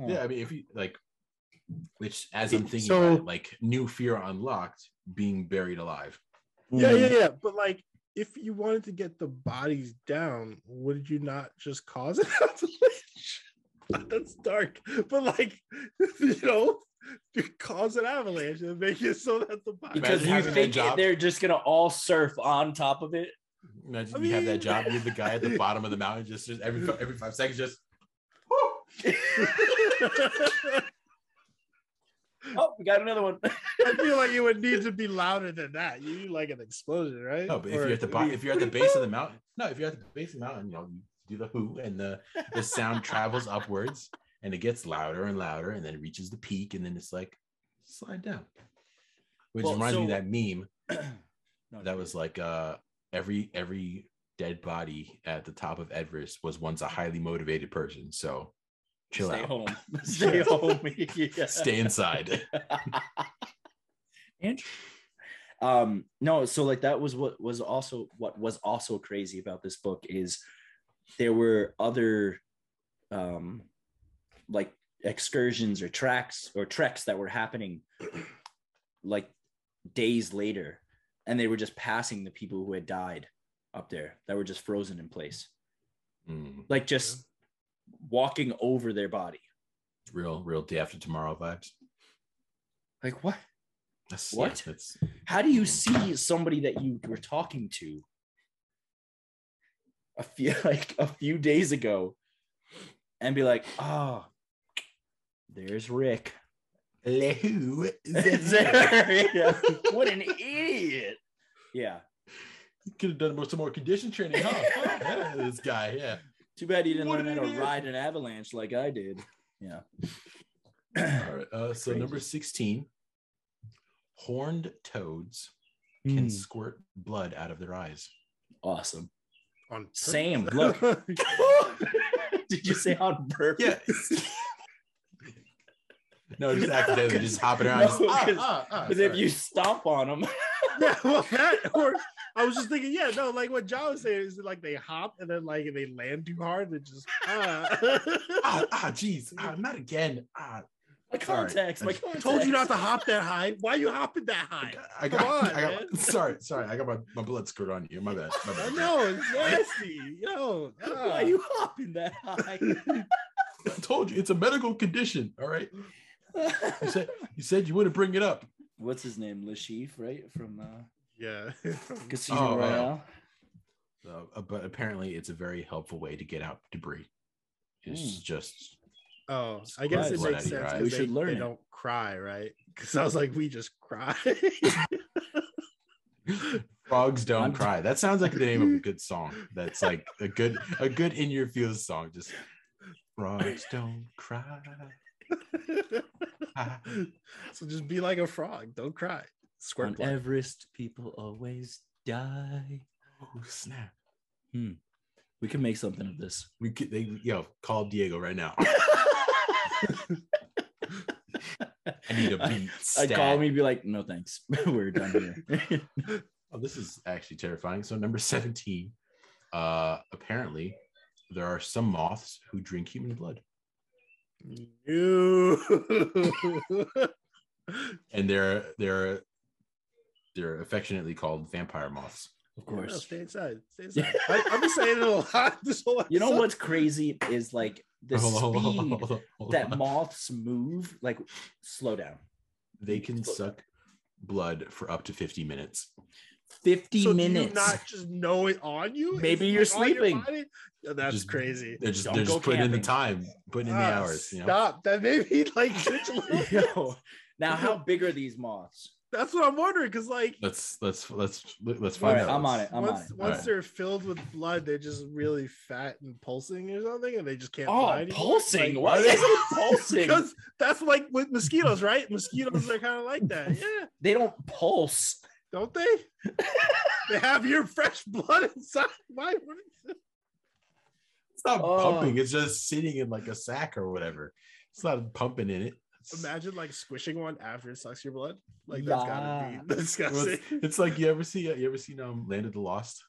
Huh. Yeah, I mean, if you like, which as It- I'm thinking, so- about it, like new fear unlocked, being buried alive. Hmm. yeah, yeah, yeah. But like, if you wanted to get the bodies down, would you not just cause an avalanche? That's dark. But like, you know, you cause an avalanche and make it so that the body Because Imagine you having that think job. they're just gonna all surf on top of it. Imagine I you have mean- that job. You're the guy at the bottom of the mountain, just, just every fi- every five seconds, just. "Whew." Oh, we got another one. I feel like you would need to be louder than that. You need like an explosion, right? No, but if Or you're at the it'd bo- be- if you're at the base of the mountain, no, if you're at the base of the mountain, you know, you do the who, and the the sound travels upwards, and it gets louder and louder, and then it reaches the peak, and then it's like slide down. Which Well, reminds me of so- that meme No, that was like uh every every dead body at the top of Everest was once a highly motivated person. So chill stay out. home. Stay home. yeah. Stay inside. Andrew. Um, no, so like that was what was also what was also crazy about this book is there were other um like excursions or tracks or treks that were happening like days later and they were just passing the people who had died up there that were just frozen in place Mm, like just walking over their body real real day after tomorrow vibes. like what That's, What? Yeah, that's how do you see somebody that you were talking to a few like a few days ago and be like oh there's rick Lehu. Yeah. what an idiot yeah Could have done some more condition training, huh? Fuck, yeah, this guy, yeah. too bad you didn't What learn an how to idiot. ride an avalanche like i did All right. Uh, so Crazy. number sixteen, horned toads Hmm. can Mm. squirt blood out of their eyes. awesome on sam look purpose. did you say on purpose no, just accidentally, just hopping around. No, just, ah, 'cause- ah, ah, because if sorry. you stomp on them yeah, well, that or I was just thinking, yeah, no, like what John was saying is like they hop and then like they land too hard and just uh, ah, ah, jeez, ah, not again. Ah, my Sorry. contacts I my I contacts told you not to hop that high. Why you hopping that I high? got, I got, Come on, I got man. sorry, sorry, I got my, my blood squirt on you. My bad. My I bad. know it's nasty. Yo, why are you hopping that high I told you it's a medical condition. All right, you said you said you wouldn't bring it up. What's his name? Lashif, right? From uh, yeah. Casino Oh, oh. Royale. Uh, but apparently, it's a very helpful way to get out debris. It's Mm. just Oh, I guess it Blood out makes of your sense. eyes. 'cause We they, should learn They it. don't cry, right? Because I was like, we just cry. frogs don't I'm- cry. That sounds like the name of a good song. That's like a good a good in your feels song. Just frogs don't cry. so just be like a frog. Don't cry. Squirt On blood. Everest, people always die. Oh snap! We can make something of this. We could they yo call Diego right now. I need a beat. I stat. call me, be like, no thanks, we're done here. Oh, this is actually terrifying. So number seventeen. Uh, apparently, there are some moths who drink human blood, No. and they're they're they're affectionately called vampire moths. of Yeah, no, course. stay inside. Stay Yeah. inside. I, I've been saying it a lot this whole You know episode. what's crazy is like the Hold on, hold on, hold on, speed hold on, hold that on. moths move. Like, slow down. they can suck blood for up to 50 minutes. Fifty So do minutes. you not just know it on you? Is Maybe it, you're like, on your sleeping. body? Yeah, that's Just- crazy. They're just Don't they're go just putting in camping. the time, putting in the Ah, hours. You know? Stop. That made me like twitch a little bit. Yo, now how big are these moths? That's what I'm wondering. Because like Let's let's let's let's All find right, out. I'm on it. I'm on once it. once Right. they're filled with blood, they're just really fat and pulsing or something, and they just can't. fly Oh, anymore. pulsing. Like- Why is it pulsing? Because that's like with mosquitoes, right? Mosquitoes are kind of like that. Yeah, They don't pulse. don't they? they have your fresh blood inside. Why? would- It's not Oh. pumping. It's just sitting in like a sack or whatever. It's not pumping in it. It's, Imagine like squishing one after it sucks your blood. Like that's gotta be it was- disgusting. it's like you ever see you ever seen um Land of the Lost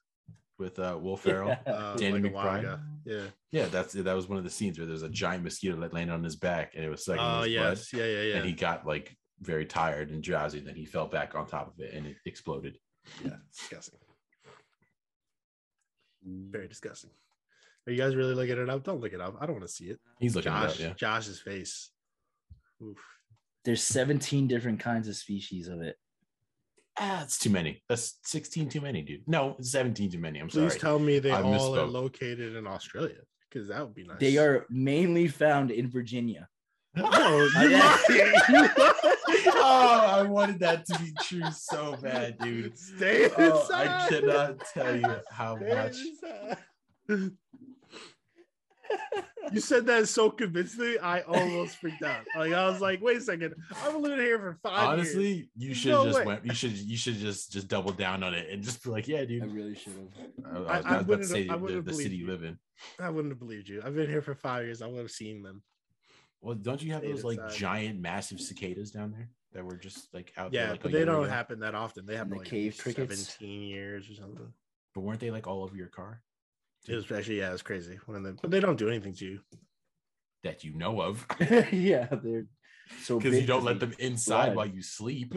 with uh Will Ferrell. Yeah. Uh, Danny like a while McBride. ago. Yeah. that's that was one of the scenes where there's a giant mosquito that landed on his back and it was sucking Oh his yes. Yeah. Yeah. blood Yeah. and he got like very tired and drowsy. And then he fell back on top of it and it exploded. yeah. Disgusting. Very disgusting. Are you guys really looking it up? Don't look it up. I don't want to see it. He's looking Josh. it up. Josh's face. Oof. There's 17 different kinds of species of it. Yeah, ah, it's too many. That's 16 too many, dude. No, 17 too many. I'm Please sorry. tell me they I all are misspoke. located in Australia because that would be nice. They are mainly found in Virginia. No, I you guess. lying. You lying. oh, I wanted that to be true so bad, dude. Stay Oh, inside. I cannot tell you how Stay much. inside. You said that so convincingly, I almost freaked out. Like I was like, "Wait a second, I've lived here for five years." Honestly, you There's should no just way. went. You should you should just just double down on it and just be like, yeah, I dude. really should have. I, I was I about to wouldn't- say I the, wouldn't the believe city you. living. I wouldn't have believed you. I've been here for five years. I would have seen them. Well, don't you have Stayed those like inside. giant, massive cicadas down there that were just like out there? Yeah, like, "Oh, a but they year don't ago? happen that often. They happen the like cave crickets? seventeen years or something. But weren't they like all over your car It was actually yeah, it was crazy. One of them, but they don't do anything to you. that you know of? yeah, they're so Because you big don't they- let them inside blood. while you sleep.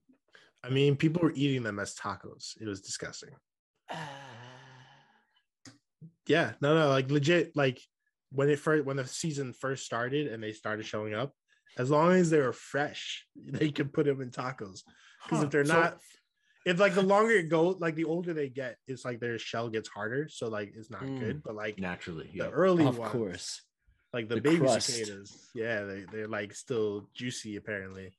I mean, people were eating them as tacos. It was disgusting. Yeah, no, no, like legit. Like when it first, when the season first started and they started showing up, as long as they were fresh, they could put them in tacos. Because Huh, if they're so- not, if like the longer it goes, like the older they get, it's like their shell gets harder. So like it's not Mm. good. But like naturally, the yeah. early Of ones, course. like the, The baby crust. cicadas, yeah, they they're like still juicy apparently.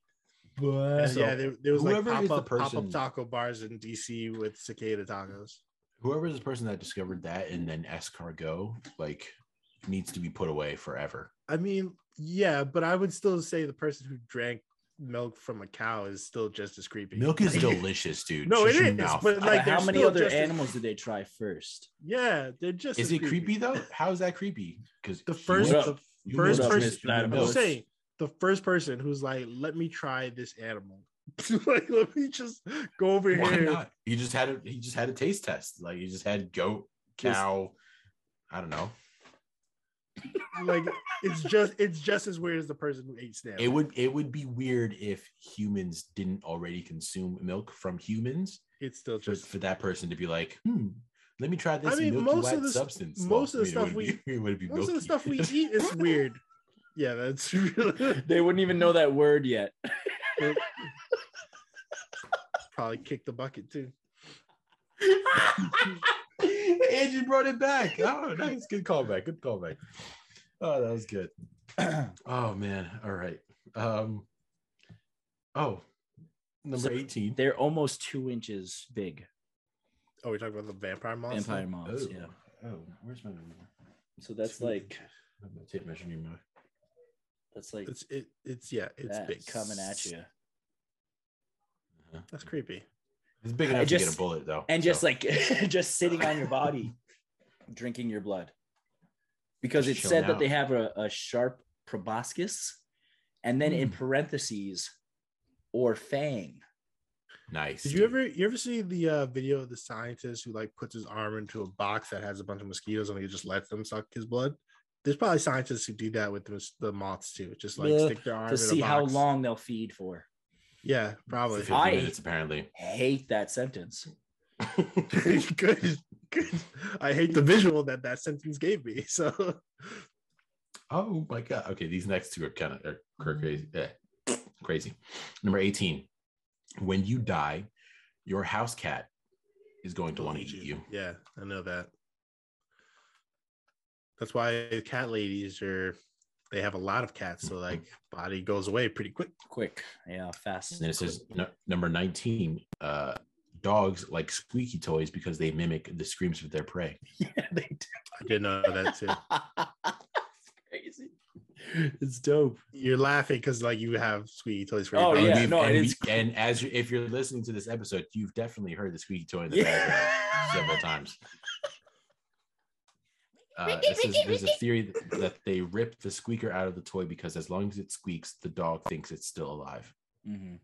But And yeah, there, there was like whoever pop is the up pop person- up taco bars in DC with cicada tacos. whoever is the person that discovered that and then escargot like needs to be put away forever I mean, yeah, but I would still say the person who drank milk from a cow is still just as creepy. milk is Like, delicious dude No, Shut it your is, mouth. but like how they're many still other just as- animals did they try first? Yeah, they're just. is as it creepy though how is that creepy because The first, What the up? first What up, person- Mr. Platypus? I'm saying the first person who's like, "Let me try this animal." like, let me just go over why here. not you just had a he just had a taste test like you just had goat cow i don't know Like, it's just, it's just as weird as the person who ate snap. it would it would be weird if humans didn't already consume milk from humans It's still for, just for that person to be like hmm let me try this mean, milky most of white the s- substance most of I the mean, it stuff wouldn't be- it would be most of the milky. stuff we eat is weird. Yeah, that's really They wouldn't even know that word yet. probably kick the bucket too. Andrew brought it back. Oh, nice. Good callback. Good callback. Oh, that was good. Oh man. All right. Um oh number So 18. They're almost two inches big. Oh, we're talking about the vampire monster. Vampire moths. Oh, Yeah. oh, where's my number? So that's Two like I'm gonna tape measure near my that's like It's it, it's yeah, it's that big. coming at you. uh-huh. That's creepy. It's big I enough to get just- a bullet though. and just so- like just sitting on your body drinking your blood because it Chilling said that out. they have a, a sharp proboscis and then in Hmm. parentheses or fang nice. Did you ever you ever see the uh, video of the scientist who like puts his arm into a box that has a bunch of mosquitoes and he just lets them suck his blood? There's probably scientists who do that with the, mos- the moths too. Just like Yeah, stick their arm to in see a how box. long they'll feed for Yeah, probably. Fifty I- minutes apparently. hate that sentence good, good. I hate the visual that that sentence gave me. So Oh my god. Okay, these next two are kind of are cra- Mm-hmm. crazy. eh, crazy. Number 18. When you die, your house cat is going to want to Eat eat you. Yeah, I know that. That's why cat ladies are they have a lot of cats, so like body goes away pretty quick. Quick, yeah, fast. And then it says nu- number 19 uh, dogs like squeaky toys because they mimic the screams of their prey. Yeah, they do. I didn't know that too. It's crazy. It's dope. You're laughing because like you have squeaky toys for Oh, your dog. and yeah. we've- no, and, it we- is- and as you, if you're listening to this episode, you've definitely heard the squeaky toy in the background Yeah. several times. Uh, this is, there's a theory that they rip the squeaker out of the toy because as long as it squeaks, the dog thinks it's still alive. Mhm.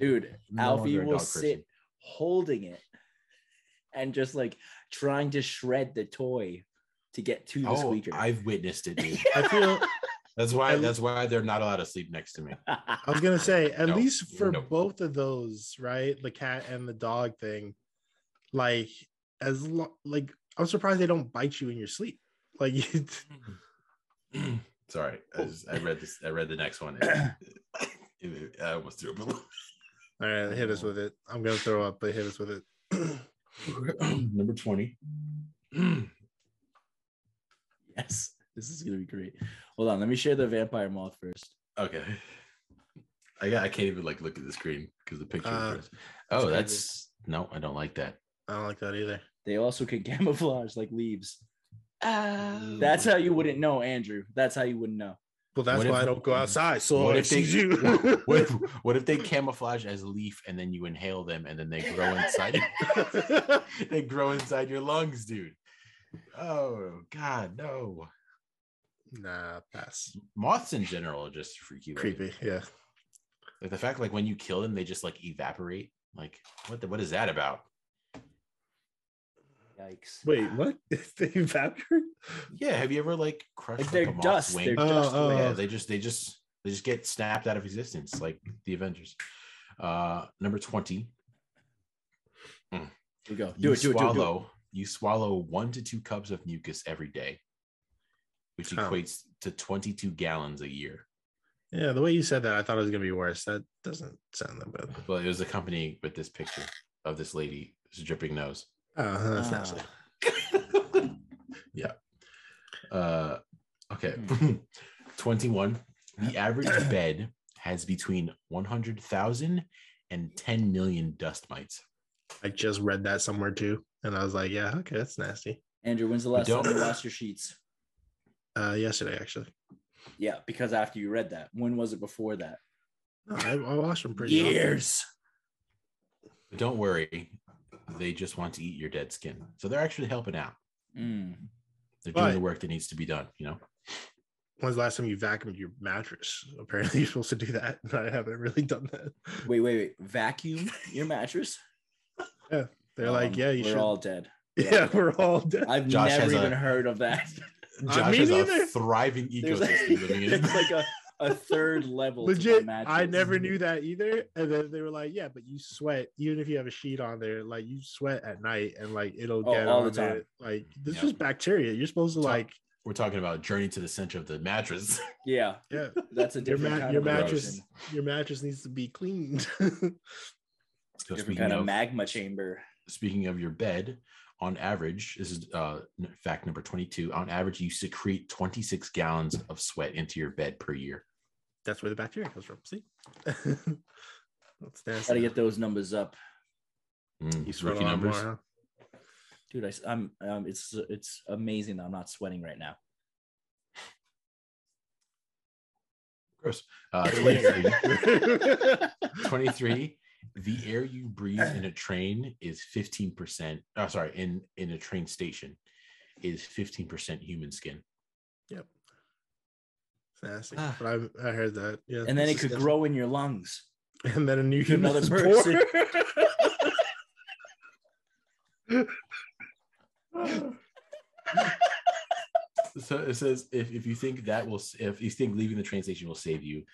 Dude, No Alfie longer a will dog person. sit holding it and just like trying to shred the toy to get to the Oh, squeaker. I've witnessed it. Dude. I feel That's why. I- That's why they're not allowed to sleep next to me. I was gonna say, at No, least for no. both of those, right? The cat and the dog thing, like as lo- like I'm surprised they don't bite you in your sleep. Like you, Sorry, I, was- I read this. I read the next one. It- it- I almost threw up. A little. all right, hit us with it. I'm gonna throw up, but hit us with it. Um, Number twenty. yes, this is gonna be great. Hold on, let me share the vampire moth first. okay. I got. I can't even like look at the screen because the picture. Uh, is oh, crazy. that's no. I don't like that. I don't like that either. They also can camouflage like leaves. That's how you wouldn't know, Andrew. That's how you wouldn't know. Well, that's What if- why I don't go outside. So what I if they- see you. What if, what if they camouflage as a leaf and then you inhale them and then they grow inside? they grow inside your lungs, dude. Oh God, no. nah, pass. Moths in general are just freaky. looking. Creepy. Yeah. Like the fact, like when you kill them, they just like evaporate. Like what? The, what is that about? Yikes. Wait, what? they evaporate? Yeah. Have you ever like crushed like, Like they're a moth's dust. wing? They're dust. Oh, oh, yeah, oh. they just they just they just get snapped out of existence, like the Avengers. Uh, number twenty. Here we go. You Do it, do it, do it, do it. swallow. You swallow one to two cups of mucus every day, which Huh. equates to twenty-two gallons a year. Yeah, the way you said that, I thought it was gonna be worse. That doesn't sound that bad. Well, it was accompanied with this picture of this lady, with a dripping nose. Oh, that's Ah. uh, nasty. yeah. Uh, okay. Hmm. 21. The average bed has between 100,000 and 10 million dust mites. I just read that somewhere too, and I was like, yeah, okay, that's nasty. Andrew, when's the last don't- time you lost your sheets? Uh, yesterday actually, Yeah, because after you read that, when was it before that? no, I, I watched them pretty. Years. But don't worry, they just want to eat your dead skin. So they're actually helping out. Mm. They're doing the Right. work that needs to be done, you know? Often. When's the last time you vacuumed your mattress? Apparently, you're supposed to do that, and I haven't really done that. Wait, wait, wait. Vacuum your mattress. They're like, Um, yeah, you we're should. all dead. yeah, we're all dead. I've Josh never has a- even heard of that. Josh me has neither. a thriving Uh, There's ecosystem like, living in there's like a, a third level. to the Legit, I mattress. never knew that either. And then they were like, "Yeah, but you sweat even if you have a sheet on there. Like you sweat at night, and like it'll Oh, get all on the time. there. Like this Yeah. is bacteria. You're supposed to Top- like, We're talking about journey to the center of the mattress. Yeah, yeah, that's a Your different ma- kind your of mattress- erosion. your mattress needs to be cleaned." So different speaking kind of of, magma chamber. speaking of your bed, on average, this is uh, n- fact number 22. On average, you secrete 26 gallons of sweat into your bed per year. That's where the bacteria comes from. See, that's Gotta nasty. get those numbers up, Mm, you sweat a rookie lot numbers. more. dude. I, am um, it's it's amazing that I'm not sweating right now. Gross. Uh, huh? 23, 23. The air you breathe in a train is 15%. Oh, sorry, in, in a train station is 15% human skin. It's nasty. Ah. But I, I heard that. Yeah, And then it it's could disgusting. grow in your lungs. And then a new to human another is person. born. So it says if, if you think that will s- if you think leaving the train station will save you,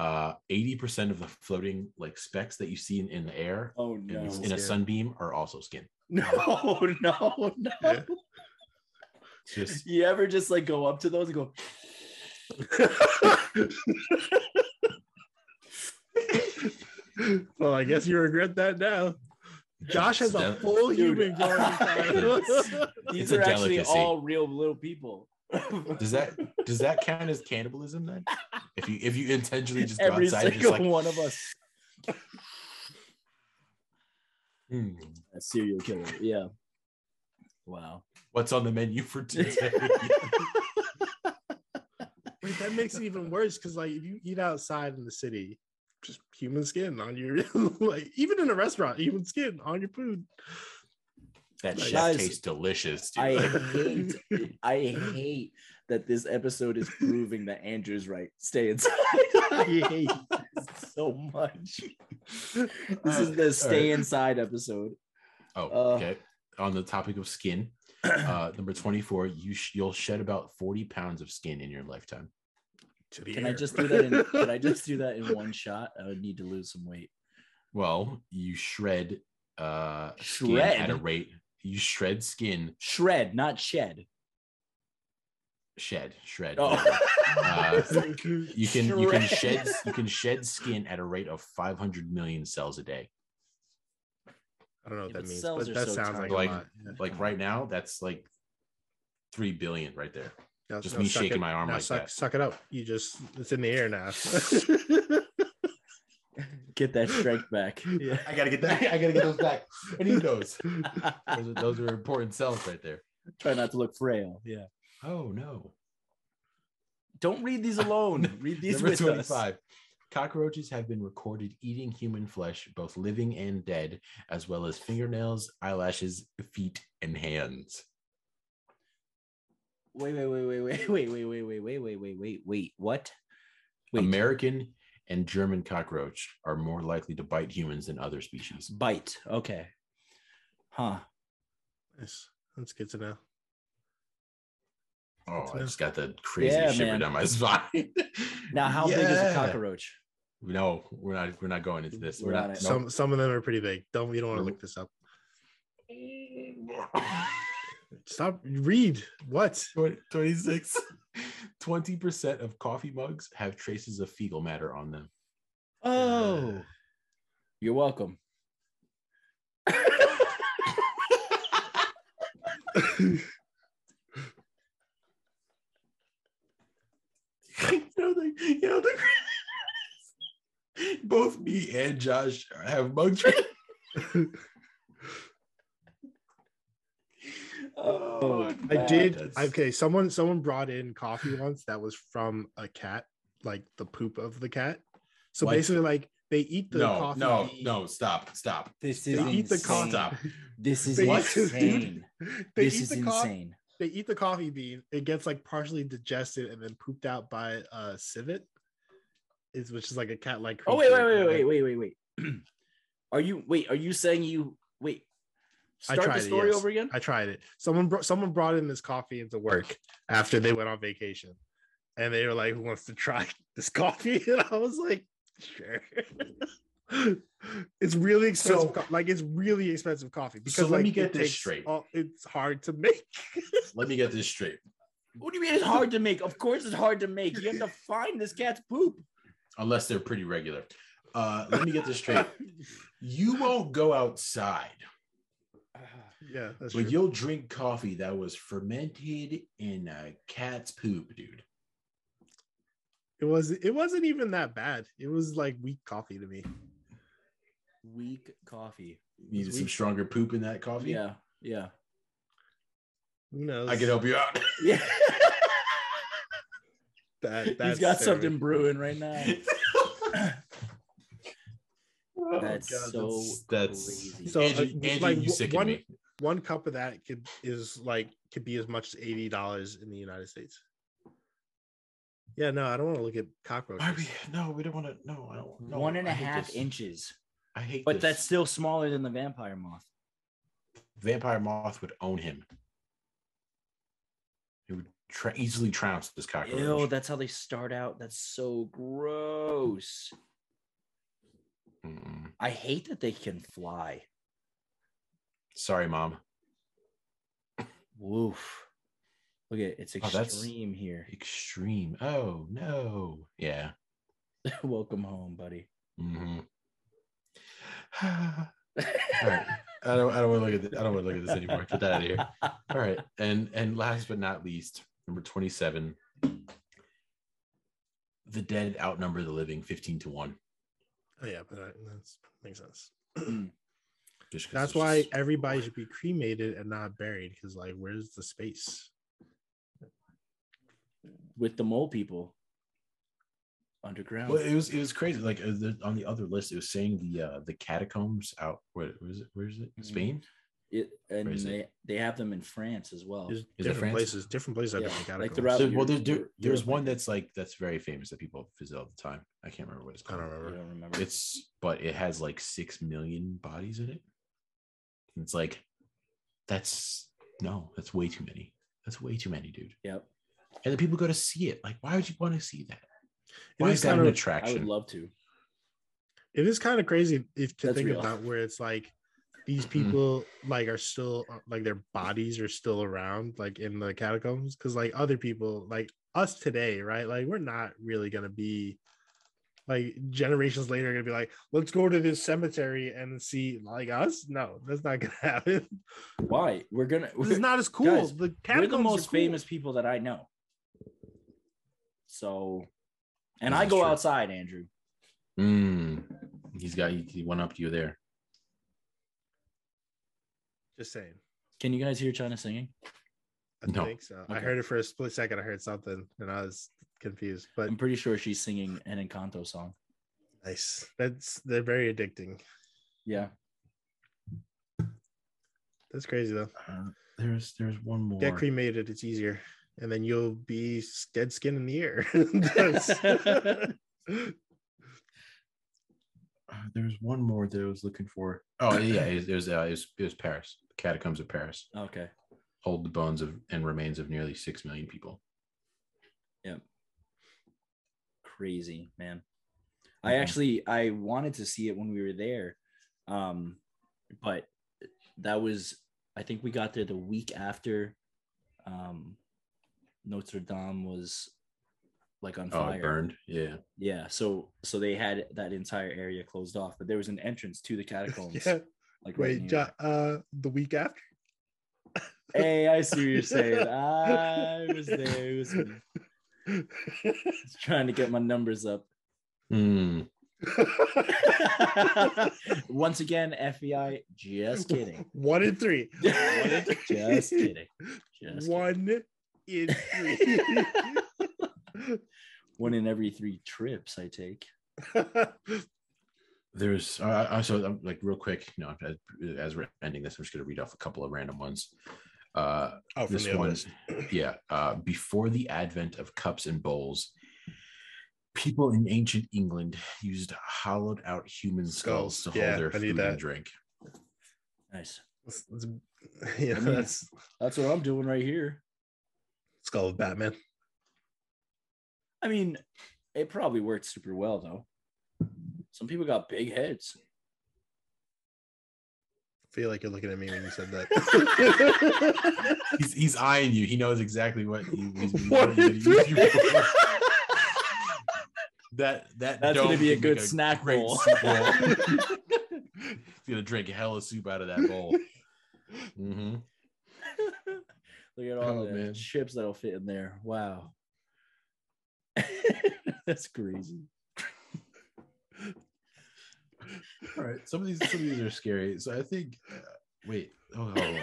uh, eighty percent of the floating like specks that you see in, in the air Oh in, no! in a Yeah. sunbeam are also skin. No, no, no. Yeah. It's Just You ever just like go up to those and go, well, I guess you regret that now. Josh has a It's a- full Dude. human growing inside. These It's are a actually delicacy. all real little people. Does that does that count as cannibalism then? If you if you intentionally just go Every outside, and single just like one of us. "Hmm, A serial killer. Yeah. Wow. what's on the menu for today? Wait, that makes it even worse because like if you eat outside in the city, just human skin on your like even in a restaurant, human skin on your food. that shit Guys, tastes delicious, dude. I Like, hate I hate that this episode is proving that Andrew's right. Stay inside. I hate this so much. This Uh, is the stay inside episode. oh, uh, okay. On the topic of skin, uh, number twenty-four, you sh- you'll shed about forty pounds of skin in your lifetime. To the Can I air. just do that in can I just do that in one shot? I would need to lose some weight. Well, you shred uh skin at Shred? a rate. You shred skin, Shred, not shed. shed, shred. Oh. whatever. Uh, you can you can Shred. shed you can shed skin at a rate of 500 million cells a day. I don't know what Yeah, that but means, cells but are that so sounds like, tiny. a lot. Yeah. Like right now, that's like three billion right there. Now- Just now me suck shaking it- my arm now like suck, that. Suck it up. You just it's in the air now. Get that strength back. Yeah. I gotta get that. I gotta get those back. I need those. Those are, those are important cells right there. Try not to look frail. Yeah. Oh no. Don't read these alone. Read these Number with us. 25. Cockroaches have been recorded eating human flesh, both living and dead, as well as fingernails, eyelashes, feet, and hands. Wait, wait, wait, wait, wait, wait, wait, wait, wait, wait, wait, wait, wait, wait. What? Wait. American and German cockroach are more likely to bite humans than other species. Bite. Okay. Huh. Yes, that's good to know. Oh, That's I nice. just got the crazy Yeah, shiver man. down my spine. Now, how big is a Yeah. cockroach? No, we're not. We're not going into this. We're, We're not. not- nope. Some some of them are pretty big. Don't you don't want to Mhm. look this up. Stop. Read what? 26. 20% of coffee mugs have traces of fecal matter on them. Oh, you're welcome. you know, the, you know the, both me and Josh have mug traces. Oh, I man. did. that's- Okay, someone someone brought in coffee once that was from a cat, like the poop of the cat. So What? basically, like they eat the no, coffee. no, bean- no, stop, stop, This is They eat the insane. stop. This is They What? eat- insane. dude, they This eat is the coffee. insane. they eat the coffee bean. It gets like partially digested and then pooped out by a uh, civet, is which is like a cat like. Oh wait, wait, wait, wait, wait, wait, wait. Are you wait? Are you saying you wait? I Start tried the it, story yes. over again. I tried it. Someone brought someone brought in this coffee into work after they went on vacation, and they were like, "Who wants to try this coffee?" And I was like, "Sure." it's really So- expensive. co- like it's really expensive coffee let because like, me it get this takes straight. all- it's hard to make. Let me get this straight. What do you mean it's hard to make? Of course it's hard to make. You have to find this cat's poop. Unless they're pretty regular. Uh, let me get this straight. You won't go outside, Ah, yeah, that's but true. you'll drink coffee that was fermented in a cat's poop, dude. it was it wasn't even that bad. It was like weak coffee to me. Weak coffee. You Needed some stronger poop in that coffee. Yeah, yeah, Who knows? I can help you out. yeah. that. He's got something brewing right now. Oh, That's so that's, crazy. so So, Andrew, uh, Andrew, like, you sicken one- me. One cup of that could is like could be as much as eighty dollars in the United States. Yeah, no, I don't want to look at cockroaches. Why we, no, we don't want to. No, I don't. No, One and I a hate half this. inches. I hate. But this. that's still smaller than the vampire moth. vampire moth would own him. He would tr- easily trounce this cockroach. Ew, that's how they start out. That's so gross. Mm-mm. I hate that they can fly. Sorry, mom. Woof. Look at it's Oh, that's- extreme here. Extreme. Oh no. Yeah. Welcome home, buddy. hmm All right. I don't. I don't want to look at. This. I don't want to look at this anymore. Get that out of here. All right. And and last but not least, Number 27. The dead outnumber the living 15 to 1. Oh yeah, but that that's, makes sense. Just 'cause That's there's why just- everybody should be cremated and not buried. Because like, where's the space? with the mole people underground. Well, it was it was crazy. Like uh, the, on the other list, it was saying the uh, the catacombs out. Where was it? Where is it? Mhm. Spain. It, and Crazy. they, they have them in France as well. There's it different France? places, different places. Yeah, I've like been like throughout- So, Europe- well, there's there- Europe, there's I one think. that's like that's very famous that people visit all the time. I can't remember what it's I don't called. I remember. don't remember. It's but it has like six million bodies in it. And it's like that's no, that's way too many. That's way too many, dude. yep. And the people go to see it. Like, why would you want to see that? It Why is is that an kind of I would attraction? love to. it is kind of crazy if to That's think real. Mm-hmm. about where it's like these Mhm. people like are still uh, like their bodies are still around like in the catacombs because like other people like us today right like we're not really gonna be like generations later gonna be like let's go to this cemetery and see like us no that's not gonna happen Why? We're gonna. We're, it's not as cool guys, the we're catacombs the most are cool. famous people that I know. So, and This I is go true. outside, Andrew. Mm. He's got he, he went up to you there. just saying Can you guys hear China singing? i No. think so i Okay. heard it for a split second i heard something and i was confused but I'm pretty sure she's singing an Encanto song. nice that's they're very addicting Yeah. that's crazy though Uh, there's there's one more. get cremated it's easier and then you'll be s- dead skin in the air That's- Uh, there's one more that I was looking for. Oh yeah, it was it was, uh, it was, it was Paris. The catacombs of Paris Okay. hold the bones of and remains of nearly six million people. Crazy man. I Mhm. actually I wanted to see it when we were there, um, but that was I think we got there the week after um, Notre Dame was like on Oh, fire. it burned. Yeah. Yeah, so so they had that entire area closed off, but there was an entrance to the catacombs. yeah Like right wait near. Jo- uh the week after Hey, I see what you're saying. I was there. It was me. Just trying to get my numbers up. Hmm. Once again, FBI. Just kidding. one in three just kidding. Just kidding. one in three One in every three trips I take. There's uh, I- I- so um, like real quick. You know, as, as we're ending this, I'm just gonna read off a couple of random ones. Uh, oh from this the other one, yeah. Uh, before the advent of cups and bowls, people in ancient England used hollowed out human skulls, Skulls. to Yeah, hold their I need food that. and drink. Nice. That's- that's- yeah I mean- that's That's what I'm doing right here. skull of batman I mean, it probably worked super well though. Some people got big heads. feel like you're looking at me when you said that. He's, he's eyeing you. He knows exactly what you, he's, he's One in you- you- three. that that That's dome gonna be a can good make snack great bowl. soup bowl. He's gonna drink a hell of soup out of that bowl. Mhm. Look at all Oh, the man. chips that'll fit in there. Wow. That's crazy. All right, some of these some of these are scary. So I think. Uh, wait. Oh, hold on.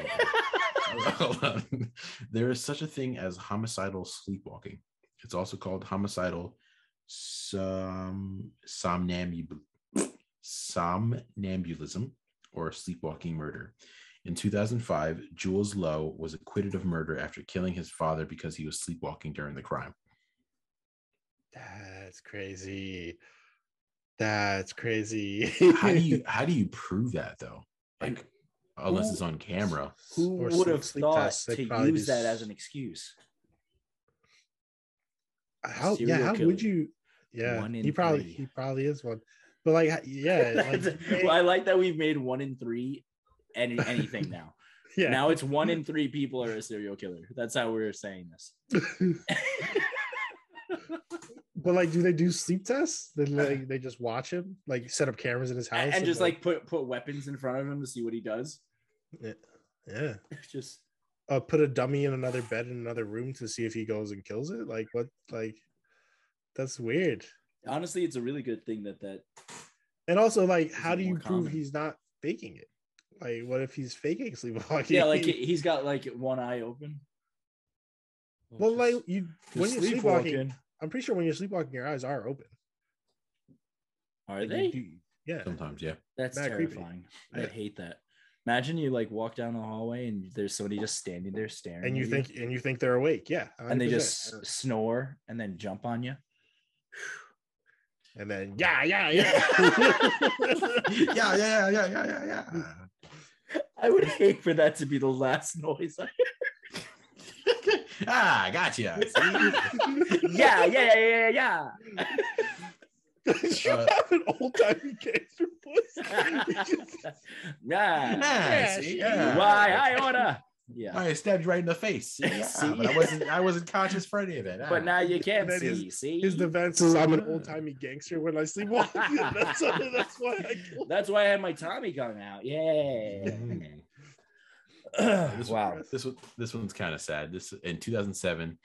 Hold on. There is such a thing as homicidal sleepwalking. It's also called homicidal som- somnambul- somnambulism or sleepwalking murder. In 2005, Jules Lowe was acquitted of murder after killing his father because he was sleepwalking during the crime. That's crazy. That's crazy. How do you how do you prove that though? Like unless it's on camera. Who Or would have sleep thought tests, they'd to probably use do that as s- an excuse? How? Yeah. serial How killer? would you? Yeah. One in He probably. three. He probably is one. But like, h- yeah. Like, well, I like that we've made one in three any, anything now. yeah. Now it's one in three people are a serial killer. That's how we're saying this. but like, do they do sleep tests? Then like, they just watch him. Like, set up cameras in his house. Uh-huh. and just like put put weapons in front of him to see what he does. yeah. It's just uh, put a dummy in another bed in another room to see if he goes and kills it? Like what? Like that's weird. Honestly, it's a really good thing that that And also, like, how Isn't do you more prove common. he's not faking it? Like, what if he's faking sleepwalking? yeah, like he- he's got like one eye open. well, like you Just when you're sleepwalking, I'm pretty sure when you're sleepwalking, your eyes are open. are Like, they? You, do- yeah, Sometimes, yeah. That's Mad creepy. terrifying. Yeah. I hate that. Imagine you like walk down the hallway and there's somebody just standing there staring, and you at think and you think they're awake. Yeah, and they 100%. just s- snore and then jump on you. and then yeah, yeah, yeah. yeah, yeah, yeah, yeah, yeah, yeah. I would hate for that to be the last noise. I- ah, gotcha. yeah, yeah, yeah, yeah, yeah. you Uh, have an old timey gangster yeah. voice. You just- yeah. Yeah, Ah, see? yeah. Why I order? Yeah. I stabbed you right in the face. Yeah, See? but I wasn't. I wasn't conscious for any of it. Ah. But now you can't That see. is- see, His defense is I'm an old timey gangster when I sleepwalk. that's, that's why I killed that's why I had my Tommy gun out. Yeah. Mm. This one- wow. This one, this one's kind of sad. This in 2007,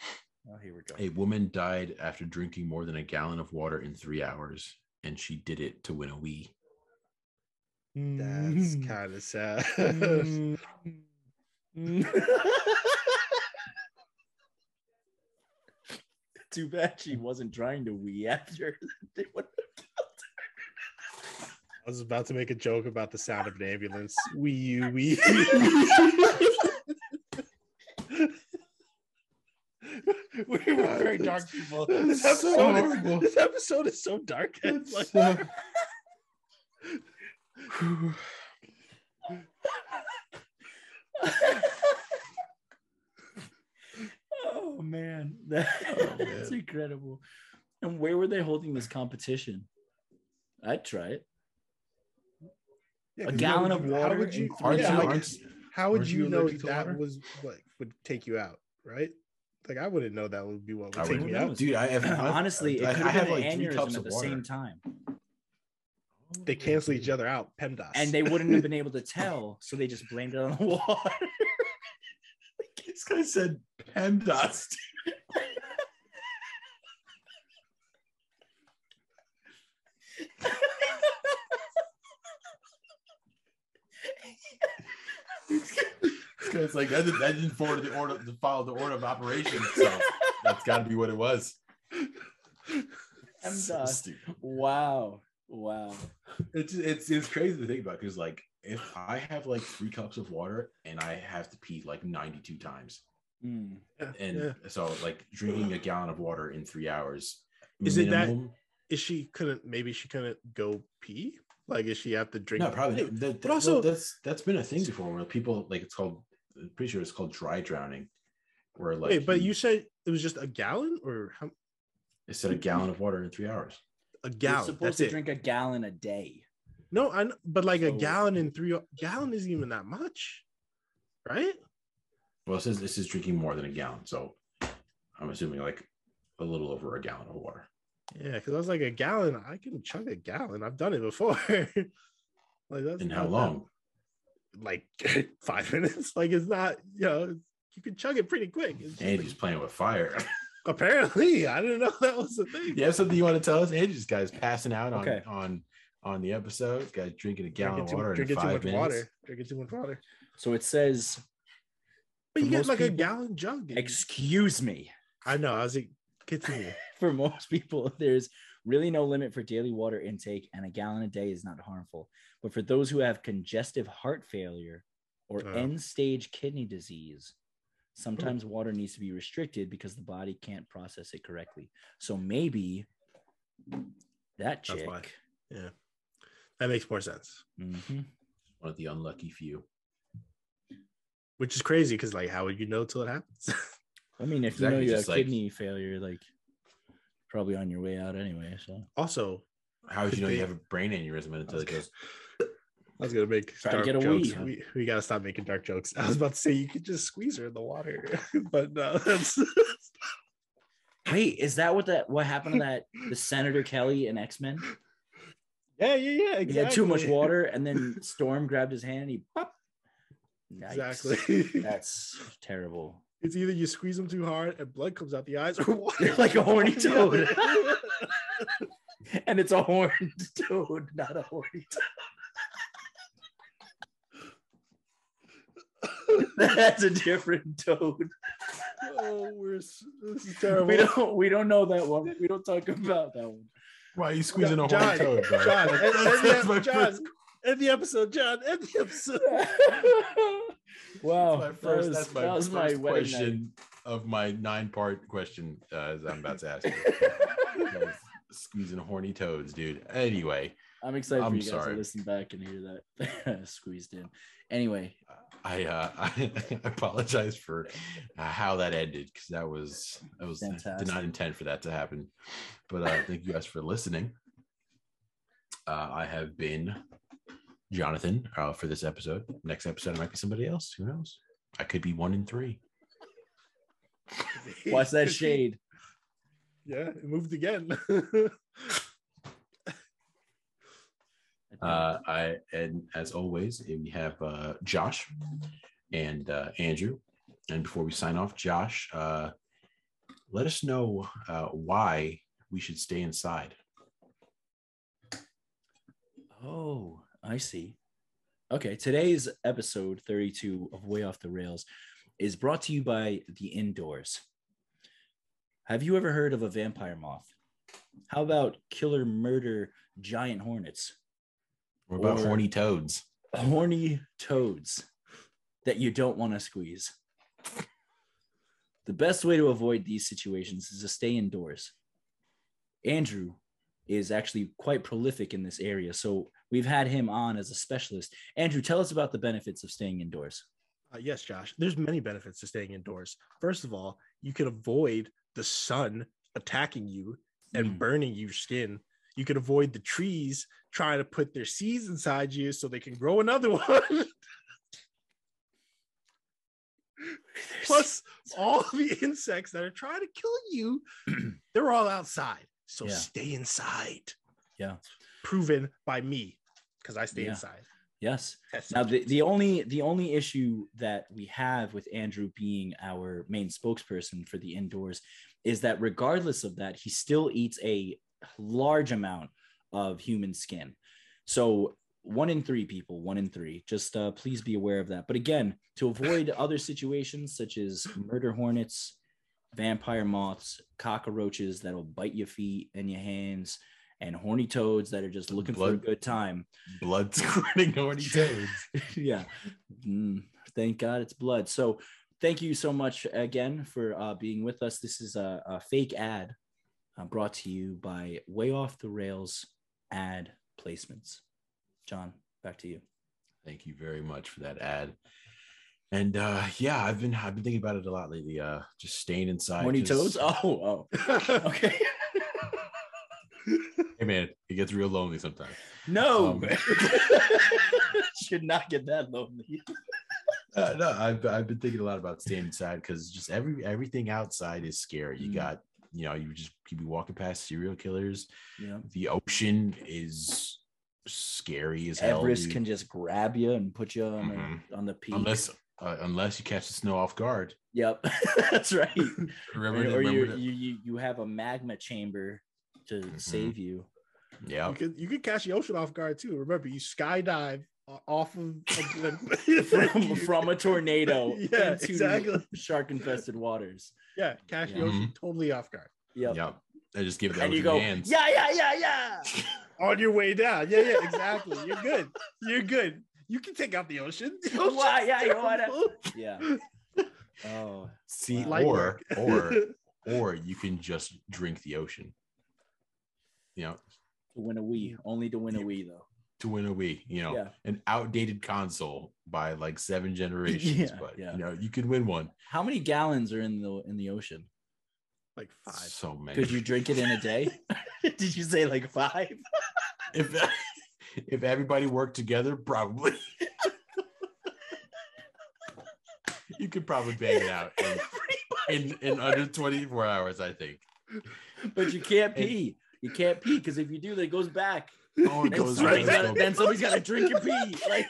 Oh, here we go. a woman died after drinking more than a gallon of water in three hours, and she did it to win a Wii. That's kind of Mm. sad. mm. Too bad she wasn't trying to wee after. they went- I was about to make a joke about the sound of an ambulance. Wee you, wee. we were very dark people. This That's so episode, horrible. is, this episode is so dark. It's like, oh man, That- Oh, that's man. incredible. And where were they holding this competition? I'd try it. Yeah, A 'cause how gallon would of you- How water would you, and Aren't yeah, you- like, aren't- how would aren't you you know allergic to that water? was what would take you out, right? Like I wouldn't know that would be what I would take wouldn't me know. out. Dude, I have Honestly, I- it could I have been like an three cups aneurysm at of the water. same time, They cancel each other out, PEMDAS. and they wouldn't have been able to tell, so they just blamed it on the water. This guy said PEMDAS. It's like that didn't, that didn't follow the order, the follow the order of operations. So that's got to be what it was. So PEMDAS. stupid. wow, wow. It's it's it's crazy to think about because like if I have like three cups of water and I have to pee like ninety two times, Mm. Yeah, and yeah. so like drinking a gallon of water in three hours. Is it that- minimum- is she couldn't maybe she couldn't go pee? Like is she have to drink? No, probably. Dude, That, that, but also- that's that's been a thing before where people like it's called. I'm pretty sure it's called dry drowning, where like Wait, but you said it was just a gallon or how, it said a gallon of water in three hours. a You're gallon? supposed That's to it. drink a gallon a day. No, I. kn- But like a So- gallon in three gallon isn't even that much, right? Well, it says this is drinking more than a gallon, so I'm assuming like a little over a gallon of water. Yeah, because I was like a gallon. I can chug a gallon. I've done it before. like that's And how not that- long? Like five minutes. Like it's not. You know, it's- you can chug it pretty quick. It's just like- Andy's playing with fire. apparently, I didn't know that was a thing. you have something you want to tell us? Andy's guy's passing out on Okay. on on the episode. This guy's drinking a gallon Drinking of too, water in drinking too five much minutes. water. Drinking too much water. So it says, But For you get most like a people- gallon jug. dude. "Excuse me." I know. I was like, continue. For most people, there's really no limit for daily water intake, and a gallon a day is not harmful. But for those who have congestive heart failure or Oh. end-stage kidney disease, sometimes water needs to be restricted because the body can't process it correctly. So maybe that That's chick. why. that makes more sense. Mhm. One of the unlucky few. Which is crazy because like, how would you know till it happens? I mean, if Exactly, you know you have just like- kidney failure, like probably on your way out anyway. So also, How would Could you know be. you have a brain aneurysm until it Okay. goes? I was gonna make Try to dark get a jokes. wee. We, we gotta stop making dark jokes. I was about to say you could just squeeze her in the water, but no, that's wait, is that what that what happened to that the Senator Kelly and X Men? yeah, yeah, yeah. He had too much water, and then Storm grabbed his hand and he pop, Yikes. Exactly. That's terrible. It's either you squeeze them too hard and blood comes out the eyes, or what? They're like a horny Yeah. toad. and it's a horned toad, not a horny toad. That's a different toad. oh, we're s- this is terrible. We don't we don't know that one. We don't talk about that one. Why are you squeezing a John, horny toad, bro? John, end, That's- end that's the, my ep- John, first- end the episode, John. End the episode. wow. my first, Oh, that was, that's my that was first my wedding night. question of my nine-part question uh, as I'm about to ask you. That was squeezing horny toads, dude. Anyway, I'm excited I'm for you guys sorry. to listen back and hear that squeezed in. Anyway, I uh, I apologize for uh, how that ended because that was that was did Fantastic. not intend for that to happen. But uh, thank you guys for listening. Uh, I have been Jonathan uh, for this episode. Next episode, it might be somebody else. Who knows? I could be one in three. watch that shade. Yeah, it moved again. Uh, I and as always, we have uh, Josh and uh, Andrew. And before we sign off, Josh, uh, let us know uh, why we should stay inside. Oh, I see. Okay, today's episode 32 of Way Off the Rails is brought to you by The Indoors. Have you ever heard of a vampire moth? How about killer murder giant hornets? What about Or- horny toads? horny toads that you don't want to squeeze. The best way to avoid these situations is to stay indoors. Andrew is actually quite prolific in this area, so we've had him on as a specialist. Andrew, tell us about the benefits of staying indoors. Uh, yes, Josh. There's many benefits to staying indoors. First of all, you can avoid the sun attacking you and Mm. burning your skin. You can avoid the trees trying to put their seeds inside you so they can grow another one. Plus, all the insects that are trying to kill you, they're all outside. So Yeah. stay inside. Yeah. Proven by me because I stay Yeah. inside. yes, Test Now the, subject. the only the only issue that we have with Andrew being our main spokesperson for the indoors is that regardless of that, he still eats a large amount of human skin. So one in three people, one in three. Just uh, please be aware of that. But again, to avoid other situations such as murder hornets, vampire moths, cockroaches that'll bite your feet and your hands, and horny toads that are just looking for Blood- a good time Blood squirting horny toads. yeah. Mm, thank God it's blood. So thank you so much again for uh, being with us. This is a, a fake ad uh, brought to you by Way Off the Rails ad placements. John, back to you. Thank you very much for that ad. And uh, yeah, I've been I've been thinking about it a lot lately. Uh, just staying inside. Horny just- toads? Oh, oh. Okay. Hey man, it gets real lonely sometimes. no. Um. Should not get that lonely. Uh, no, I've I've been thinking a lot about staying inside because just every everything outside is scary. You Mm. got you know you just you be walking past serial killers. Yeah. The ocean is scary as hell. Everest dude. can just grab you and put you on, Mhm. the, on the peak. unless uh, unless you catch the snow off guard. Yep. That's right. Remember, or, or remember you, the- you you you have a magma chamber to Mhm. save you. yeah. Oh. You could you could catch the ocean off guard too. Remember, you skydive o- off of of the- From, from a tornado Yeah, into exactly. shark infested waters. Yeah, catch Yeah. the ocean totally off guard Yep. Yep. I just give the And you ocean go, hands. yeah, yeah, yeah, yeah. on your way down. Yeah, yeah, exactly. You're good. You're good. You can take out the ocean. The ocean's Why, yeah, you wanna- terrible. Yeah. Oh, See, Wow. Light or work. or or you can just drink the ocean. You know, to win a Wii. Only to win a Wii, though. to win a Wii. You know, Yeah. an outdated console by like seven generations, Yeah, but yeah. you know, you can win one. How many gallons are in the in the ocean? like five. So many. Could you drink it in a day? Did you say like five? if if everybody worked together, probably. you could probably bang it out in, in, in under 24 hours, I think. But you can't pee. You can't pee because if you do, that goes back. Oh, it Then goes right right. somebody's gotta- then somebody's got to drink and pee. Like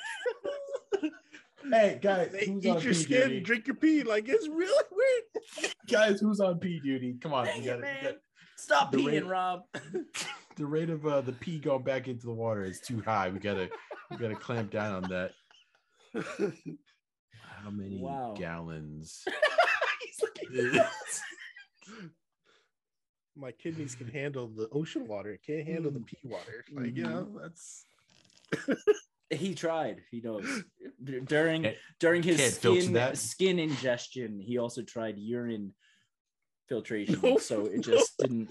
Hey guys, They who's on eat P your skin, duty? drink your pee. Like it's really weird. Guys, who's on P duty? Come on, Dang we it, gotta- we man. gotta- Stop The peeing, rate- Rob. the rate of uh, the pee going back into the water is too high. We gotta we gotta clamp down on that. How many Wow. gallons? He's looking. My kidneys can handle the ocean water. It can't handle the Mm. Mm-hmm. pee water. Like you know, that's He tried. He knows. D- During Can't- during can't his filter skin that. skin ingestion, he also tried urine filtration. No, so it just didn't.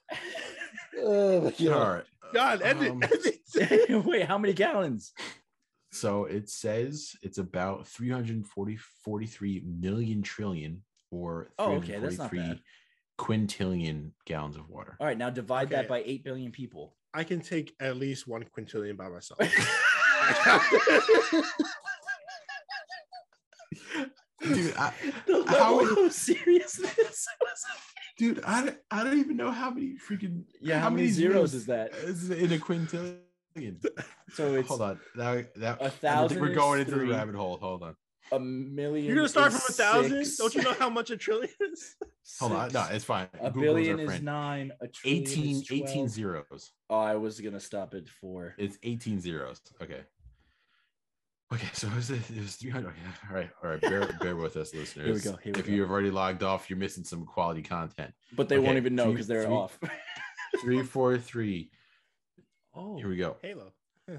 All right. God. End Um, it. End it. Wait, how many gallons? So it says it's about 340, 43 million trillion or Oh, okay, that's not 343 bad. quintillion gallons of water. All right, now divide that Okay. by eight billion people. I can take at least one quintillion by myself. Dude, I, The How- level of seriousness. was- dude, I, don't- I don't even know how many freaking yeah, how, many zeros zeros is that? is in a quintillion. So it's hold on. That, that, a I think thousand. we're is going into the three, rabbit hole. Hold on. A million. You're gonna start is from a thousand. six, Don't you know how much a trillion is? Hold on. No, six, it's fine. a Google's our billion is friend. nine. A trillion 18, is 18 12. zeros. Oh, I was gonna stop at four. It's 18 zeros. Okay. Okay, so it was, it was 300. Okay, all right, all right. Bear, bear with us, listeners. go, here we if go. you've already logged off, you're missing some quality content. But they Okay, won't even know three- because they're three- off. Three, four, three. Oh, Here we go. Halo.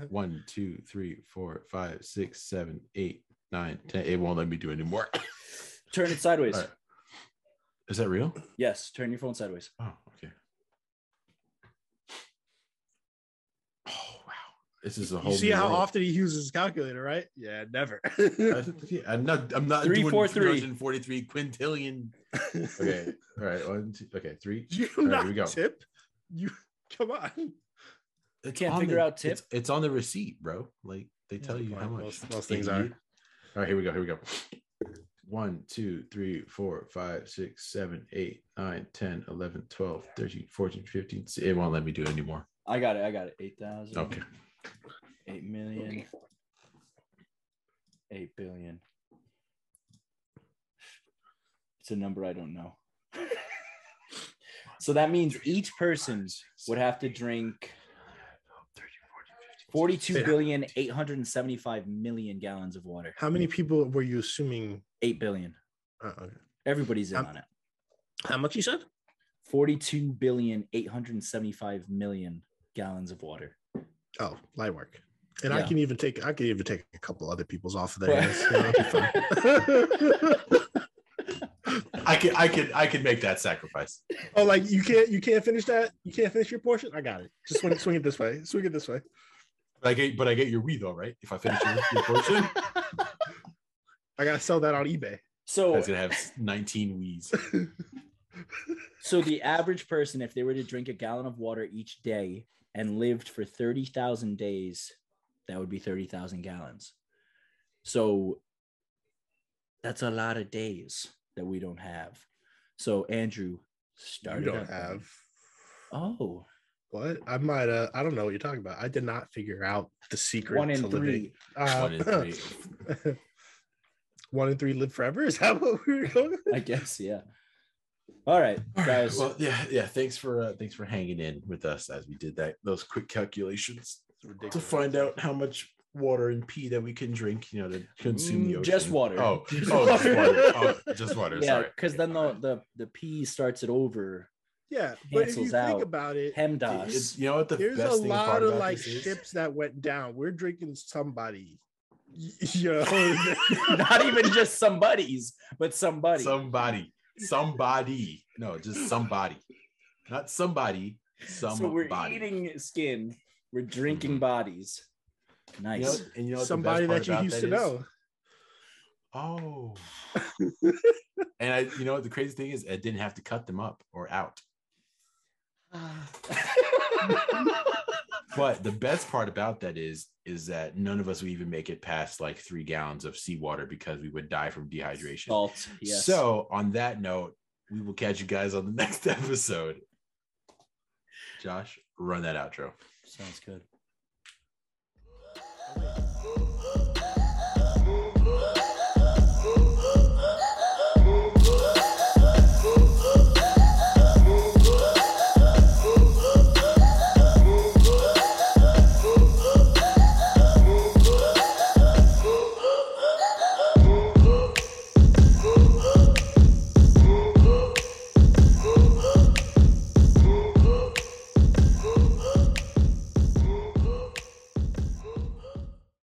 One, two, three, four, five, six, seven, eight, nine, ten. It won't let me do anymore. turn it sideways. All right. Is that real? Yes, turn your phone sideways. Oh, okay. Oh wow, this is a whole. You see new how world. often he uses his calculator, right? Yeah, never. I- I'm not. I'm not Three, doing four, three. 343 quintillion. Okay. All right. One. Two, okay. Three. you right, not here we go. tip. You come on. It's can't on figure the- out tip? It's, it's on the receipt, bro. Like they tell you how much. Most, most things are. Idiot. All right, here we go. Here we go. One, two, three, four, five, six, seven, eight, nine, 10, 11, 12, 13, 14, 15. See, It won't let me do it anymore. I got it. I got it. Eight thousand. Okay. Eight million. Eight billion. It's a number I don't know. so that means each person would have to drink 42 billion 875 million gallons of water. How many people were you assuming? 8 billion. Uh, okay. Everybody's in Um, on it. How much you said? 42 billion 875 million gallons of water. Oh, light work. And I Yeah. can even take I can even take a couple other people's off of there. Right. It's gonna be fun. I can, I can, I can make that sacrifice. oh, like you can't you can't finish that? You can't finish your portion? I got it. Just swing, swing it this way. Swing it this way. But I get, but I get your we though, right? If I finish your, your portion, I gotta sell that on eBay. So that's gonna have 19 wees. So the average person, if they were to drink a gallon of water each day and lived for 30,000 days, that would be 30,000 gallons. So that's a lot of days that we don't have. So Andrew You started. don't have Oh, what? I might uh I don't know what you're talking about. I did not figure out the secret one to in living. three. One Uh, in three. one in three live forever? Is that what we were going? I guess, yeah. All right, guys. Well, yeah, yeah. Thanks for uh, thanks for hanging in with us as we did that those quick calculations. to find out how much water and pee that we can drink, you know, to consume the Mm, ocean. just water. Oh, oh, just water. Oh, just water. yeah, Sorry. because then the, the the P starts it over. Yeah, but if you Cancels think out. about it, Hemdas. It's- you know what the there's a best thing lot part of about like this is? ships that went down. We're drinking somebody. Y- You know, Not even just somebody's, but somebody. Somebody, somebody. No, just somebody. Not somebody. Somebody. So we're eating skin, we're drinking bodies. You know- Nice. and you know what the somebody best part that you about used is? to know. Oh. and I, you know, what the crazy thing is, I didn't have to cut them up or out. But the best part about that is is that none of us would even make it past like three gallons of seawater because we would die from dehydration. Oh, Salt. Yes. So on that note, we will catch you guys on the next episode. Josh, run that outro. sounds good. Oh, wait.